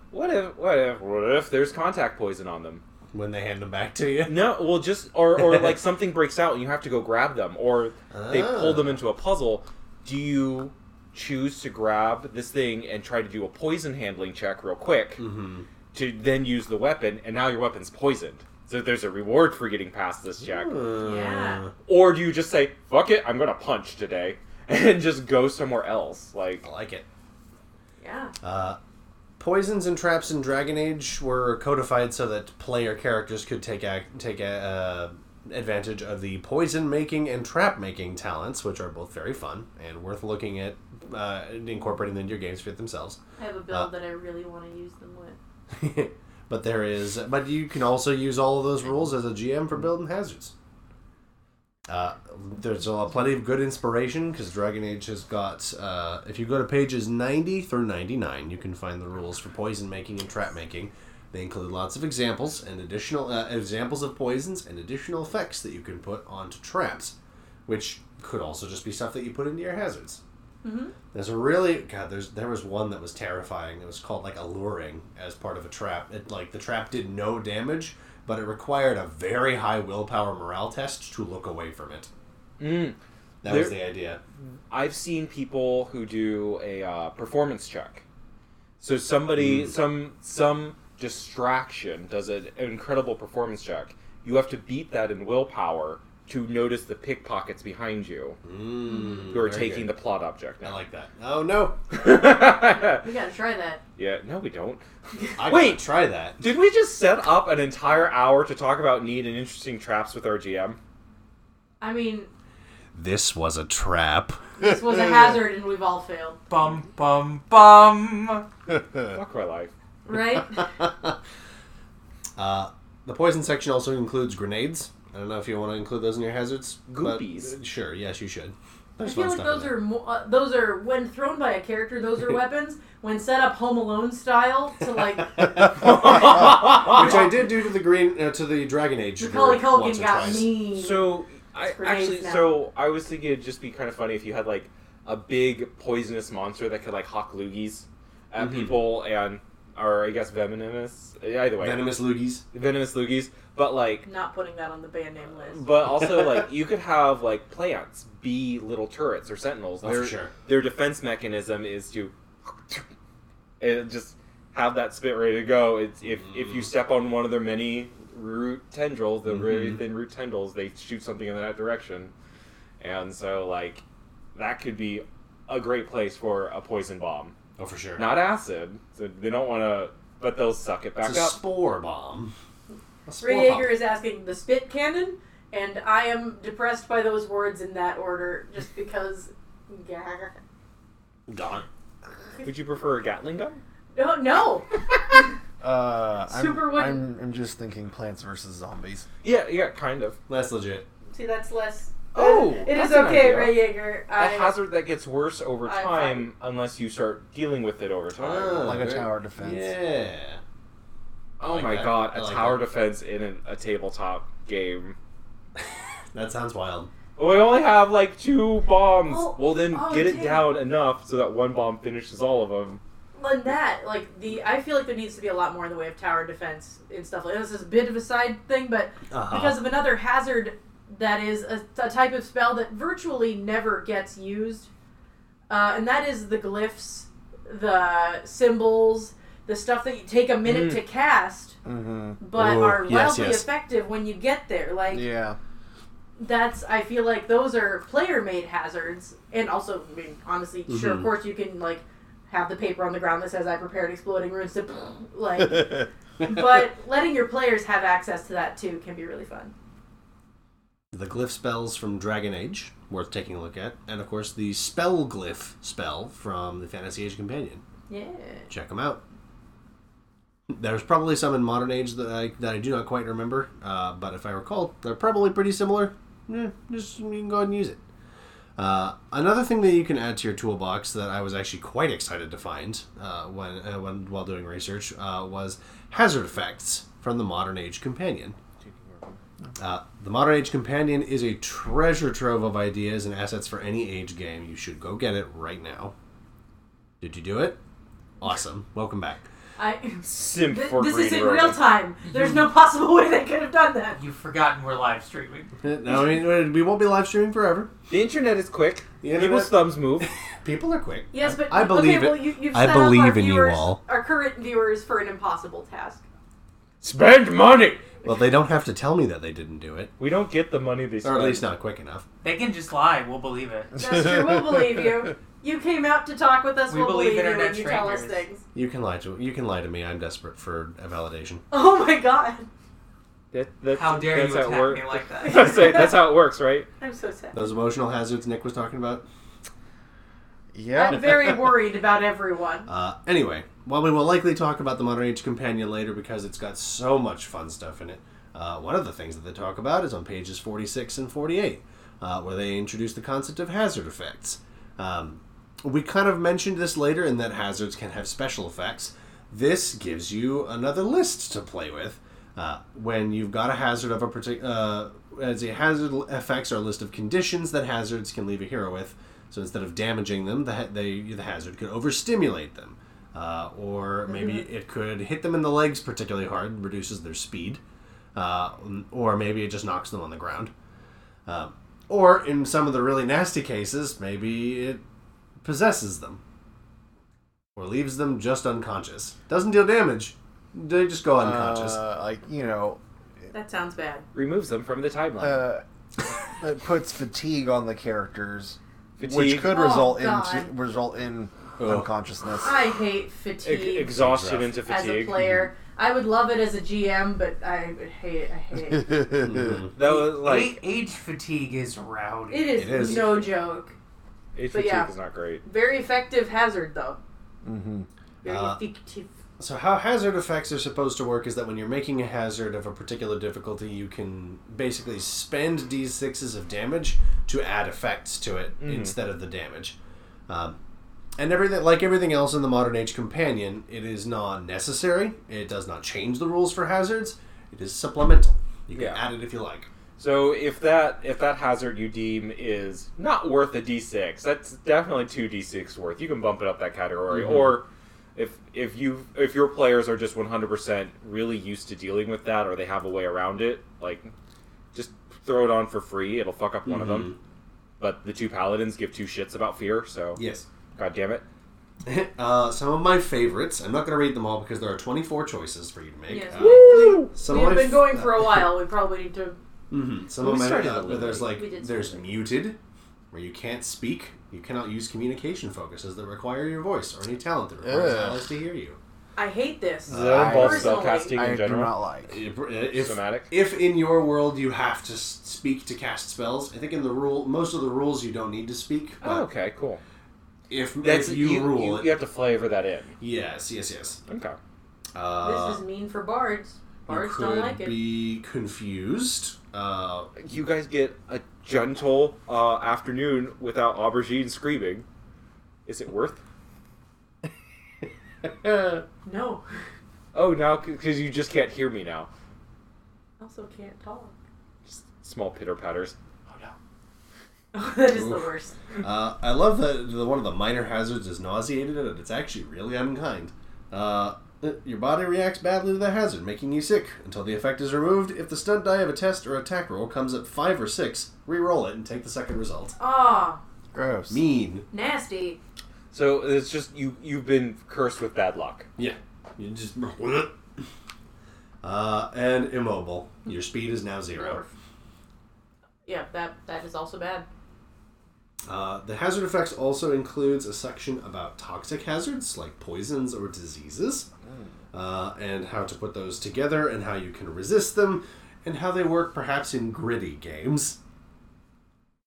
Speaker 7: what if what if what if there's contact poison on them
Speaker 1: When they hand them back to you,
Speaker 7: no well just or
Speaker 1: (laughs)
Speaker 7: or like something breaks out and you have to go grab them or they pull them
Speaker 1: Ah.
Speaker 7: into a puzzle do you choose to grab this thing and try to do a poison handling check real quick
Speaker 1: Mm-hmm.
Speaker 7: to then use the weapon, and now your weapon's poisoned. So there's a reward for getting past this check.
Speaker 1: Ah.
Speaker 4: Yeah.
Speaker 7: Or do you just say, fuck it, I'm gonna punch today, (laughs) and just go somewhere else? Like,
Speaker 1: I like it.
Speaker 4: Yeah.
Speaker 1: Uh, poisons and traps in Dragon Age were codified so that player characters could take ac take a, uh, advantage of the poison making and trap making talents, which are both very fun and worth looking at uh, incorporating into your games for themselves.
Speaker 4: I have a build
Speaker 1: Uh,
Speaker 4: that I really want to use them with.
Speaker 1: but there is, but you can also use all of those rules as a GM for building hazards. Uh, there's uh, plenty of good inspiration because Dragon Age has got. Uh, if you go to pages 90 through 99, you can find the rules for poison making and trap making. They include lots of examples and additional uh, examples of poisons and additional effects that you can put onto traps, which could also just be stuff that you put into your hazards. There's a really God. There's there was one that was terrifying. It was called like alluring as part of a trap. It like the trap did no damage, but it required a very high willpower morale test to look away from it.
Speaker 7: mm,
Speaker 1: That was the idea.
Speaker 7: I've seen people who do a uh, performance check. So somebody,
Speaker 1: Hmm.
Speaker 7: some some distraction does an incredible performance check. You have to beat that in willpower to notice the pickpockets behind you
Speaker 1: Mm,
Speaker 7: who are
Speaker 1: very
Speaker 7: taking
Speaker 1: good.
Speaker 7: the plot object.
Speaker 1: I
Speaker 7: Now.
Speaker 1: like that. Oh
Speaker 7: (laughs)
Speaker 1: no!
Speaker 4: We gotta try that.
Speaker 7: yeah, no, we don't.
Speaker 1: I
Speaker 7: Wait.
Speaker 1: Wait, try that.
Speaker 7: Did we just set up an entire hour to talk about need and interesting traps with our GM?
Speaker 4: I mean,
Speaker 1: (laughs) This was a trap. (laughs)
Speaker 4: this was a hazard and we've all failed,
Speaker 5: Bum bum bum.
Speaker 7: Fuck my
Speaker 1: (laughs)
Speaker 7: life.
Speaker 4: right?
Speaker 1: Uh, the poison section also includes grenades. I don't know if you want to include those in your hazards. but-
Speaker 7: Goopies.
Speaker 1: sure. Yes, you should.
Speaker 4: I
Speaker 1: There's
Speaker 4: feel
Speaker 1: fun
Speaker 4: like
Speaker 1: stuff in
Speaker 4: those
Speaker 1: there.
Speaker 4: are mo- uh, those are when thrown by a character, those
Speaker 1: (laughs)
Speaker 4: are weapons. When set up Home Alone style to
Speaker 1: (laughs)
Speaker 4: like
Speaker 7: (laughs)
Speaker 1: which I did do to the green uh, to the Dragon Age.
Speaker 4: Macaulay
Speaker 1: once
Speaker 4: Culkin
Speaker 1: or
Speaker 4: got
Speaker 1: twice.
Speaker 4: mean.
Speaker 7: So I
Speaker 4: It's grenades
Speaker 7: actually
Speaker 4: now.
Speaker 7: so I was thinking it'd just be kind of funny if you had like a big poisonous monster that could like hawk loogies at
Speaker 1: Mhm.
Speaker 7: people and or I guess venomous either way.
Speaker 1: Venomous loogies.
Speaker 7: venomous loogies. But like
Speaker 4: Not putting that on the band name list.
Speaker 7: But also, like you could have like plants be little turrets or sentinels.
Speaker 1: Oh, for
Speaker 7: their
Speaker 1: sure.
Speaker 7: their defense mechanism is to and just have that spit ready to go. It's if if you step on one of their many root tendrils, the very
Speaker 1: Mhm.
Speaker 7: thin root tendrils, they shoot something in that direction, and so like that could be a great place for a poison bomb.
Speaker 1: Oh, for sure.
Speaker 7: Not acid, so they don't want to, but they'll suck it back
Speaker 1: it's a
Speaker 7: up.
Speaker 1: spore bomb. A spore
Speaker 4: Ray Yeager
Speaker 1: bomb.
Speaker 4: is asking the spit cannon, and I am depressed by those words in that order, just because. Gah.
Speaker 1: Gone.
Speaker 7: Would you prefer a Gatling gun?
Speaker 4: No, no. (laughs)
Speaker 6: Uh, I'm,
Speaker 4: Super wooden.
Speaker 6: I'm, I'm just thinking plants versus zombies.
Speaker 7: Yeah, yeah, kind of.
Speaker 1: That's legit.
Speaker 4: See, that's less.
Speaker 7: Oh,
Speaker 4: it is
Speaker 7: that's an
Speaker 4: okay,
Speaker 7: idea.
Speaker 4: Ray Yeager.
Speaker 7: a
Speaker 4: I,
Speaker 7: hazard that gets worse over
Speaker 4: I-
Speaker 7: time unless you start dealing with it over time.
Speaker 1: Ah,
Speaker 6: Like a
Speaker 1: very-
Speaker 6: tower defense.
Speaker 1: Yeah. (laughs)
Speaker 7: oh
Speaker 1: like
Speaker 7: my
Speaker 1: that.
Speaker 7: god,
Speaker 1: I
Speaker 7: a
Speaker 1: like
Speaker 7: tower
Speaker 1: that.
Speaker 7: defense in an, a tabletop game. Oh,
Speaker 1: That sounds wild.
Speaker 7: We only have like two bombs.
Speaker 4: Oh,
Speaker 7: well, then
Speaker 4: oh,
Speaker 7: get it
Speaker 4: damn.
Speaker 7: down enough so that one bomb finishes all of them.
Speaker 4: than that, like the, I feel like there needs to be a lot more in the way of tower defense and stuff like this. Is a bit of a side thing, but
Speaker 1: Uh-huh.
Speaker 4: because of another hazard that is a, a type of spell that virtually never gets used, uh, and that is the glyphs, the symbols, the stuff that you take a minute to cast, but
Speaker 1: Mm. Mm-hmm. Ooh,
Speaker 4: are
Speaker 1: yes,
Speaker 4: wildly
Speaker 1: yes.
Speaker 4: effective when you get there. Like
Speaker 6: Yeah.
Speaker 4: that's I feel like those are player made hazards, and also I mean honestly, sure
Speaker 1: Mm-hmm.
Speaker 4: of course you can like have the paper on the ground that says I prepared exploding runes to (laughs)
Speaker 1: (laughs)
Speaker 4: like, but letting your players have access to that too can be really fun.
Speaker 1: the glyph spells from Dragon Age, worth taking a look at, and of course the spell glyph spell from the Fantasy Age Companion.
Speaker 4: Yeah.
Speaker 1: Check them out. There's probably some in Modern Age that I, that I do not quite remember, uh, but if I recall, they're probably pretty similar. Yeah, just you can go ahead and use it. Uh, another thing that you can add to your toolbox that I was actually quite excited to find uh, when, uh, when while doing research uh, was hazard effects from the Modern Age Companion. Uh, the Modern Age Companion is a treasure trove of ideas and assets for any age game. You should go get it right now. Did you do it? Awesome. Welcome back.
Speaker 4: I (laughs)
Speaker 7: Simp
Speaker 4: Th-
Speaker 7: for
Speaker 4: this
Speaker 7: Green
Speaker 4: is in
Speaker 7: Rover.
Speaker 4: real time. There's no possible (laughs) way they could have done that.
Speaker 5: You've forgotten we're live streaming.
Speaker 1: No, I mean, uh, we won't be live streaming forever.
Speaker 7: The internet is quick.
Speaker 1: The internet-
Speaker 7: People's thumbs move.
Speaker 1: People are quick.
Speaker 4: Yes, but
Speaker 1: I believe
Speaker 4: okay, Well,
Speaker 1: it.
Speaker 4: you, you've
Speaker 1: I
Speaker 4: set up our
Speaker 1: believe in you
Speaker 4: viewers,
Speaker 1: all.
Speaker 4: Our current viewers for an impossible task.
Speaker 7: Spend money.
Speaker 1: Well, they don't have to tell me that they didn't do it,
Speaker 7: We don't get the money they spend.
Speaker 1: or at least not quick enough.
Speaker 5: They can just lie. We'll believe it.
Speaker 4: That's true. We'll believe you. You came out to talk with us.
Speaker 5: We
Speaker 4: we'll
Speaker 5: believe
Speaker 4: believe you when
Speaker 5: internet
Speaker 4: you tell us
Speaker 5: strangers.
Speaker 4: things.
Speaker 1: You can lie to you can lie to me. I'm desperate for a validation.
Speaker 4: Oh my god,
Speaker 7: That, that's,
Speaker 5: How dare
Speaker 7: that's
Speaker 5: you
Speaker 7: how it
Speaker 5: attack
Speaker 7: works.
Speaker 5: me like that?
Speaker 7: (laughs) That's it- that's how it works, right?
Speaker 4: I'm so sad.
Speaker 1: Those emotional hazards Nick was talking about.
Speaker 6: Yeah.
Speaker 4: I'm very worried about everyone.
Speaker 1: Uh, anyway, while we will likely talk about the Modern Age Companion later because it's got so much fun stuff in it, uh, one of the things that they talk about is on pages 46 and 48, uh, where they introduce the concept of hazard effects. Um, we kind of mentioned this later in that hazards can have special effects. This gives you another list to play with. Uh, when you've got a hazard of a particular, uh, as a hazard l- affects our list of conditions that hazards can leave a hero with. So instead of damaging them, the ha- they, the hazard could overstimulate them, uh, or maybe it could hit them in the legs particularly hard, and reduces their speed, uh, or maybe it just knocks them on the ground. Uh, or in some of the really nasty cases, maybe it possesses them or leaves them just unconscious. Doesn't deal damage. They just go unconscious.
Speaker 6: Uh, like you know,
Speaker 4: That sounds bad.
Speaker 7: Removes them from the timeline.
Speaker 6: uh, it puts fatigue on the characters,
Speaker 7: Fatigue,
Speaker 6: which could
Speaker 4: Oh,
Speaker 6: result in
Speaker 4: God.
Speaker 6: result in
Speaker 1: Ugh.
Speaker 6: unconsciousness. (laughs)
Speaker 4: I hate
Speaker 7: e-
Speaker 4: fatigue
Speaker 7: exhaustion into
Speaker 4: as a
Speaker 7: fatigue.
Speaker 4: player. I would love it as a GM, but I would hate it. I hate it.
Speaker 7: That was like
Speaker 5: Age- age fatigue is rowdy.
Speaker 4: It is,
Speaker 1: It is.
Speaker 4: no joke.
Speaker 7: age
Speaker 4: but
Speaker 7: fatigue
Speaker 4: yeah.
Speaker 7: is not great.
Speaker 4: Very effective hazard though.
Speaker 6: Mm-hmm.
Speaker 4: Very
Speaker 1: Uh,
Speaker 4: effective.
Speaker 1: So how hazard effects are supposed to work is that when you're making a hazard of a particular difficulty, you can basically spend d6s of damage to add effects to it instead of the damage. Um, and everything, like everything else in the Modern Age Companion, it is not necessary. It does not change the rules for hazards. It is supplemental. You can
Speaker 7: Yeah.
Speaker 1: add it if you like.
Speaker 7: So if that if that hazard you deem is not worth a d6, that's definitely two d6 worth. You can bump it up that category, or if if you if your players are just 100% really used to dealing with that, or they have a way around it, like just throw it on for free. It'll fuck up one of them. But the two paladins give two shits about fear, so
Speaker 1: Yes.
Speaker 7: god damn it.
Speaker 1: (laughs) uh, some of my favorites. I'm not going to read them all because there are 24 choices for you to make.
Speaker 4: Yes.
Speaker 1: Uh,
Speaker 4: Woo!
Speaker 1: some
Speaker 4: We have
Speaker 1: of my
Speaker 4: been
Speaker 1: f-
Speaker 4: going
Speaker 1: (laughs)
Speaker 4: for a while. We probably need to
Speaker 1: Mhm. Some
Speaker 7: We
Speaker 1: of my
Speaker 7: started
Speaker 1: uh,
Speaker 7: a little
Speaker 1: there's
Speaker 7: bit.
Speaker 1: like
Speaker 4: We did
Speaker 1: there's muted, where you can't speak, you cannot use communication focuses that require your voice or any talent that requires
Speaker 6: Ugh.
Speaker 1: allies to hear you.
Speaker 4: I hate this.
Speaker 1: Uh,
Speaker 7: Does that involve
Speaker 4: Personally,
Speaker 7: spellcasting
Speaker 6: I
Speaker 7: in
Speaker 6: do
Speaker 7: general?
Speaker 6: not like.
Speaker 1: If, if-
Speaker 7: Somatic?
Speaker 1: if in your world you have to s- speak to cast spells, I think in the rule most of the rules you don't need to speak. But
Speaker 7: Oh, okay, cool.
Speaker 1: if, if you, rule
Speaker 7: You,
Speaker 1: it,
Speaker 7: you have to flavor that in.
Speaker 1: yes, yes, yes.
Speaker 7: Okay.
Speaker 1: Uh,
Speaker 4: this is mean for bards.
Speaker 1: you
Speaker 4: Bards
Speaker 1: could
Speaker 4: don't like it.
Speaker 1: be confused. Uh,
Speaker 7: you guys get a gentle uh, afternoon without aubergine screaming. Is it worth?
Speaker 4: No.
Speaker 7: Oh, now because you just can't hear me now.
Speaker 4: Also can't talk. (laughs)
Speaker 7: Just small pitter patters. Oh no.
Speaker 4: Oh, that is the
Speaker 1: Oof.
Speaker 4: worst.
Speaker 1: Uh, I love that the, one of the minor hazards is nauseated and it's actually really unkind. Uh, Uh, Your body reacts badly to the hazard, making you sick. Until the effect is removed, if the stunt die of a test or attack roll comes at 5 or 6, re-roll it and take the second result.
Speaker 4: Ah,
Speaker 6: Gross.
Speaker 1: Mean.
Speaker 4: nasty.
Speaker 7: So it's just you you've been cursed with bad luck.
Speaker 1: Yeah. You just... (laughs) Uh, and immobile. Your speed is now 0.
Speaker 4: Yeah, that that is also bad.
Speaker 1: Uh, the hazard effects also includes a section about toxic hazards like poisons or diseases, uh, and how to put those together and how you can resist them, and how they work perhaps in gritty games.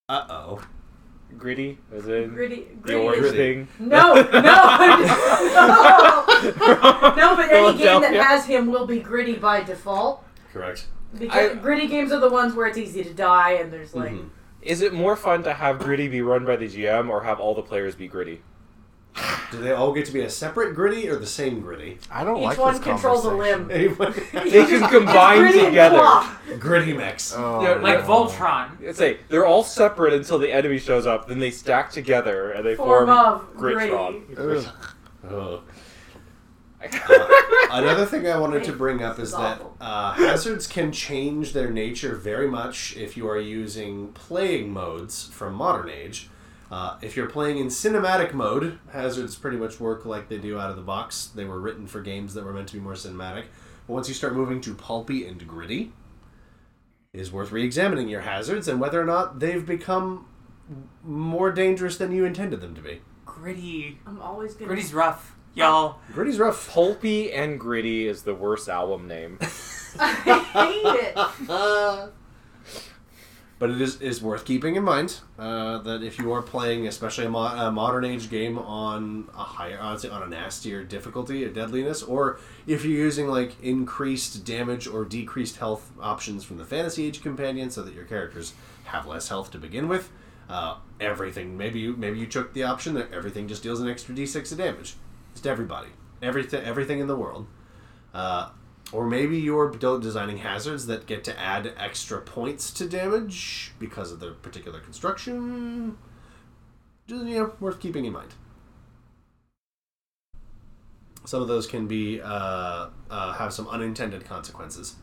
Speaker 1: Uh oh.
Speaker 7: Gritty as in
Speaker 4: Gritty,
Speaker 7: the
Speaker 4: gritty.
Speaker 7: orange
Speaker 1: Gritty.
Speaker 7: thing.
Speaker 4: No, no,
Speaker 1: (laughs)
Speaker 4: no. (laughs) No, but any game that
Speaker 7: Philadelphia.
Speaker 4: has him will be gritty by default.
Speaker 1: Correct.
Speaker 4: Because
Speaker 7: I-
Speaker 4: gritty games are the ones where it's easy to die and there's like
Speaker 1: Mhm.
Speaker 7: Is it more fun to have gritty be run by the GM or have all the players
Speaker 4: (laughs)
Speaker 7: be gritty?
Speaker 1: Do they all get to be a separate gritty or the same gritty?
Speaker 6: I don't
Speaker 4: each
Speaker 6: like
Speaker 4: one
Speaker 6: this
Speaker 4: controls a
Speaker 6: conversation.
Speaker 4: limb.
Speaker 1: Anyway,
Speaker 7: (laughs) They can combine
Speaker 4: Gritty and
Speaker 7: together.
Speaker 4: Claw.
Speaker 1: gritty mix.
Speaker 6: Oh,
Speaker 7: Yeah,
Speaker 6: no.
Speaker 5: Like Voltron.
Speaker 7: Let's say they're all separate until the enemy shows up, then they stack together and they
Speaker 4: Form
Speaker 7: form,
Speaker 4: of
Speaker 7: Gritron.
Speaker 6: Ugh.
Speaker 1: Ugh. Uh, Another thing I wanted to bring up is that
Speaker 4: Awful.
Speaker 1: uh, hazards can change their nature very much if you are using playing modes from modern age. Uh, if you're playing in cinematic mode, hazards pretty much work like they do out of the box. They were written for games that were meant to be more cinematic. But once you start moving to pulpy and gritty, it is worth re-examining your hazards and whether or not they've become more dangerous than you intended them to be.
Speaker 5: Gritty.
Speaker 4: I'm always gonna
Speaker 5: Gritty's rough, y'all.
Speaker 1: Gritty's rough.
Speaker 7: Pulpy and Gritty is the worst album name.
Speaker 4: (laughs) I hate it.
Speaker 1: Uh. But it is, is worth keeping in mind uh, that if you are playing, especially a, mo- a modern age game on a higher, I'd say on a nastier difficulty or deadliness, or if you're using like increased damage or decreased health options from the Fantasy Age companion, so that your characters have less health to begin with, uh, everything. Maybe you maybe you took the option that everything just deals an extra d6 of damage. Just everybody, everything, everything in the world. Uh, or maybe you're de- designing hazards that get to add extra points to damage because of their particular construction. Just, you know, worth keeping in mind. Some of those can be uh, uh, have some unintended consequences,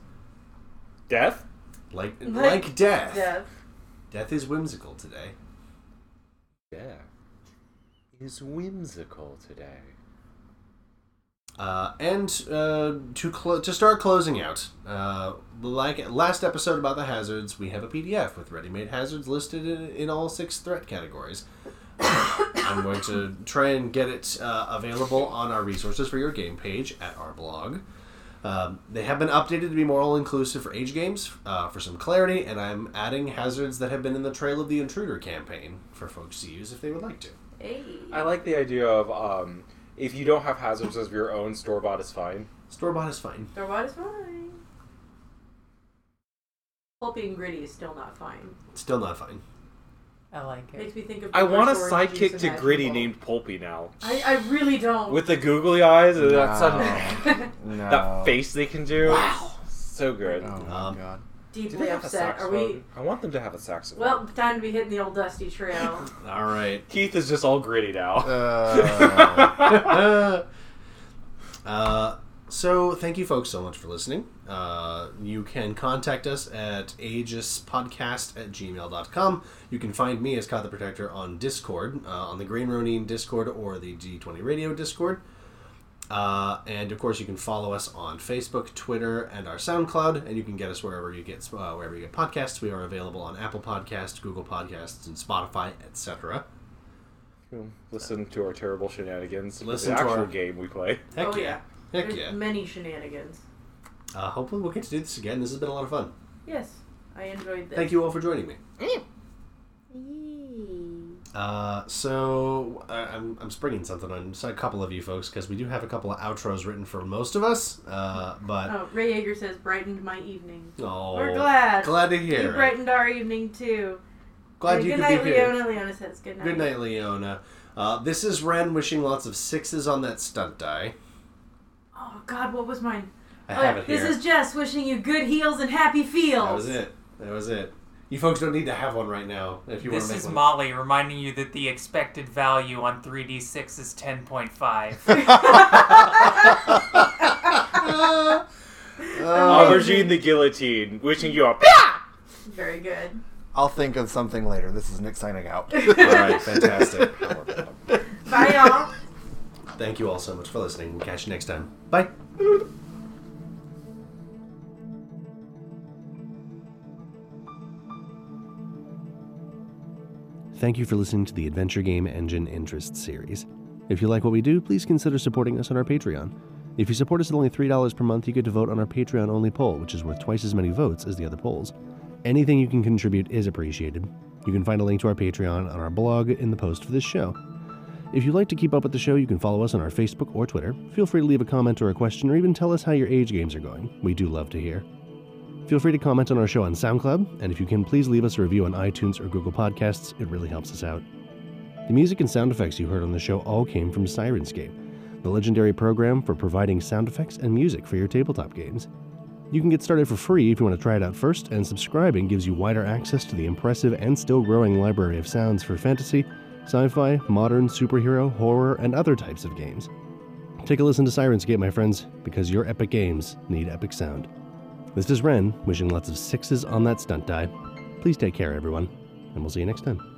Speaker 7: Death?
Speaker 1: like like,
Speaker 4: Like
Speaker 1: death.
Speaker 4: Death.
Speaker 1: Death is whimsical today.
Speaker 7: Death is whimsical today.
Speaker 1: Uh, and uh, to clo- to start closing out, uh, like last episode about the hazards, we have a PDF with ready-made hazards listed in, in all six threat categories. (coughs) I'm going to try and get it uh, available on our resources for your game page at our blog. Um, they have been updated to be more all-inclusive for age games uh, for some clarity, and I'm adding hazards that have been in the Trail of the Intruder campaign for folks to use if they would like to.
Speaker 4: Hey.
Speaker 7: I like the idea of um, if you don't have hazards of your own, store bought is fine.
Speaker 1: Store-bought is fine.
Speaker 4: Their bodies fine. Pulpy and gritty is still not fine.
Speaker 1: Still not fine.
Speaker 5: I like it.
Speaker 4: Makes me think of.
Speaker 7: I
Speaker 4: the
Speaker 7: want a
Speaker 4: worst orange juice
Speaker 7: sidekick to Gritty
Speaker 4: imaginable.
Speaker 7: named Pulpy now.
Speaker 4: I, I really don't.
Speaker 7: With the googly eyes and that sudden
Speaker 6: No.
Speaker 7: that face they can do. Wow. So good.
Speaker 6: Oh, my
Speaker 1: Um,
Speaker 6: God.
Speaker 4: (laughs)
Speaker 7: Do
Speaker 4: deeply
Speaker 7: they have a
Speaker 4: upset. Are
Speaker 7: saxophone?
Speaker 4: we?
Speaker 7: I want them to have a saxophone.
Speaker 4: Well, time to be hitting the old dusty trail.
Speaker 1: All right.
Speaker 7: Keith is just all gritty (laughs) now.
Speaker 6: Uh, (laughs)
Speaker 1: uh, (laughs) so thank you folks so much for listening uh, you can contact us at aegispodcast at gmail.com you can find me as Kyle the protector on discord uh, on the green ronin discord or the g20 radio discord uh, and of course you can follow us on facebook twitter and our soundcloud and you can get us wherever you get uh, wherever you get podcasts we are available on apple podcasts google podcasts and spotify etc
Speaker 7: Listen to our terrible shenanigans.
Speaker 1: Listen
Speaker 7: Listen
Speaker 1: to
Speaker 7: the actual
Speaker 1: our-
Speaker 7: game we play.
Speaker 1: heck
Speaker 4: Oh,
Speaker 1: yeah, heck
Speaker 4: There's
Speaker 1: yeah
Speaker 4: many shenanigans.
Speaker 1: Uh, hopefully, we'll get to do this again. This has been a lot of fun.
Speaker 4: Yes, I enjoyed this.
Speaker 1: Thank you all for joining me.
Speaker 3: Yee.
Speaker 1: Uh, so I, I'm, I'm springing something on a couple of you folks because we do have a couple of outros written for most of us. Uh, but
Speaker 4: Oh, Ray Yeager says brightened my evening.
Speaker 1: oh,
Speaker 4: We're glad.
Speaker 1: glad to
Speaker 4: You
Speaker 1: hear. it.
Speaker 4: brightened our evening too.
Speaker 1: Glad
Speaker 4: Hey,
Speaker 1: you
Speaker 4: good
Speaker 1: could
Speaker 4: night,
Speaker 1: be here.
Speaker 4: Leona. Leona says good night.
Speaker 1: Good night, Leona. Uh, this is Ren wishing lots of sixes on that stunt die.
Speaker 4: Oh God, what was mine?
Speaker 1: I
Speaker 4: Oh,
Speaker 1: have
Speaker 4: yeah.
Speaker 1: it
Speaker 4: this
Speaker 1: here.
Speaker 4: is Jess wishing you good heels and happy feels.
Speaker 1: that was it. That was it. You folks don't need to have one right now if you want to
Speaker 5: This
Speaker 1: make (laughs)
Speaker 5: is
Speaker 1: one.
Speaker 5: Molly reminding you that the expected value on 3d6 is 10.5.
Speaker 4: Oh.
Speaker 7: Aubergine the guillotine, wishing you a.
Speaker 4: Very good.
Speaker 9: I'll think of something later. This is Nick signing out.
Speaker 7: All right, fantastic.
Speaker 4: Bye,
Speaker 1: (laughs)
Speaker 4: y'all.
Speaker 10: Thank you all so much for listening. We'll catch you next time. Bye. Thank you for listening to the Adventure Game Engine Interest series. If you like what we do, please consider supporting us on our Patreon. If you support us at only $3 per month, you get to vote on our Patreon only poll, which is worth twice as many votes as the other polls. Anything you can contribute is appreciated. You can find a link to our Patreon on our blog in the post for this show. If you'd like to keep up with the show, you can follow us on our Facebook or Twitter. Feel free to leave a comment or a question, or even tell us how your age games are going. We do love to hear. Feel free to comment on our show on SoundCloud, and if you can, please leave us a review on iTunes or Google Podcasts. It really helps us out. The music and sound effects you heard on the show all came from Sirenscape, the legendary program for providing sound effects and music for your tabletop games. You can get started for free if you want to try it out first, and subscribing gives you wider access to the impressive and still growing library of sounds for fantasy, sci fi, modern, superhero, horror, and other types of games. Take a listen to Sirenscape, my friends, because your epic games need epic sound. This is Ren, wishing lots of sixes on that stunt die. Please take care, everyone, and we'll see you next time.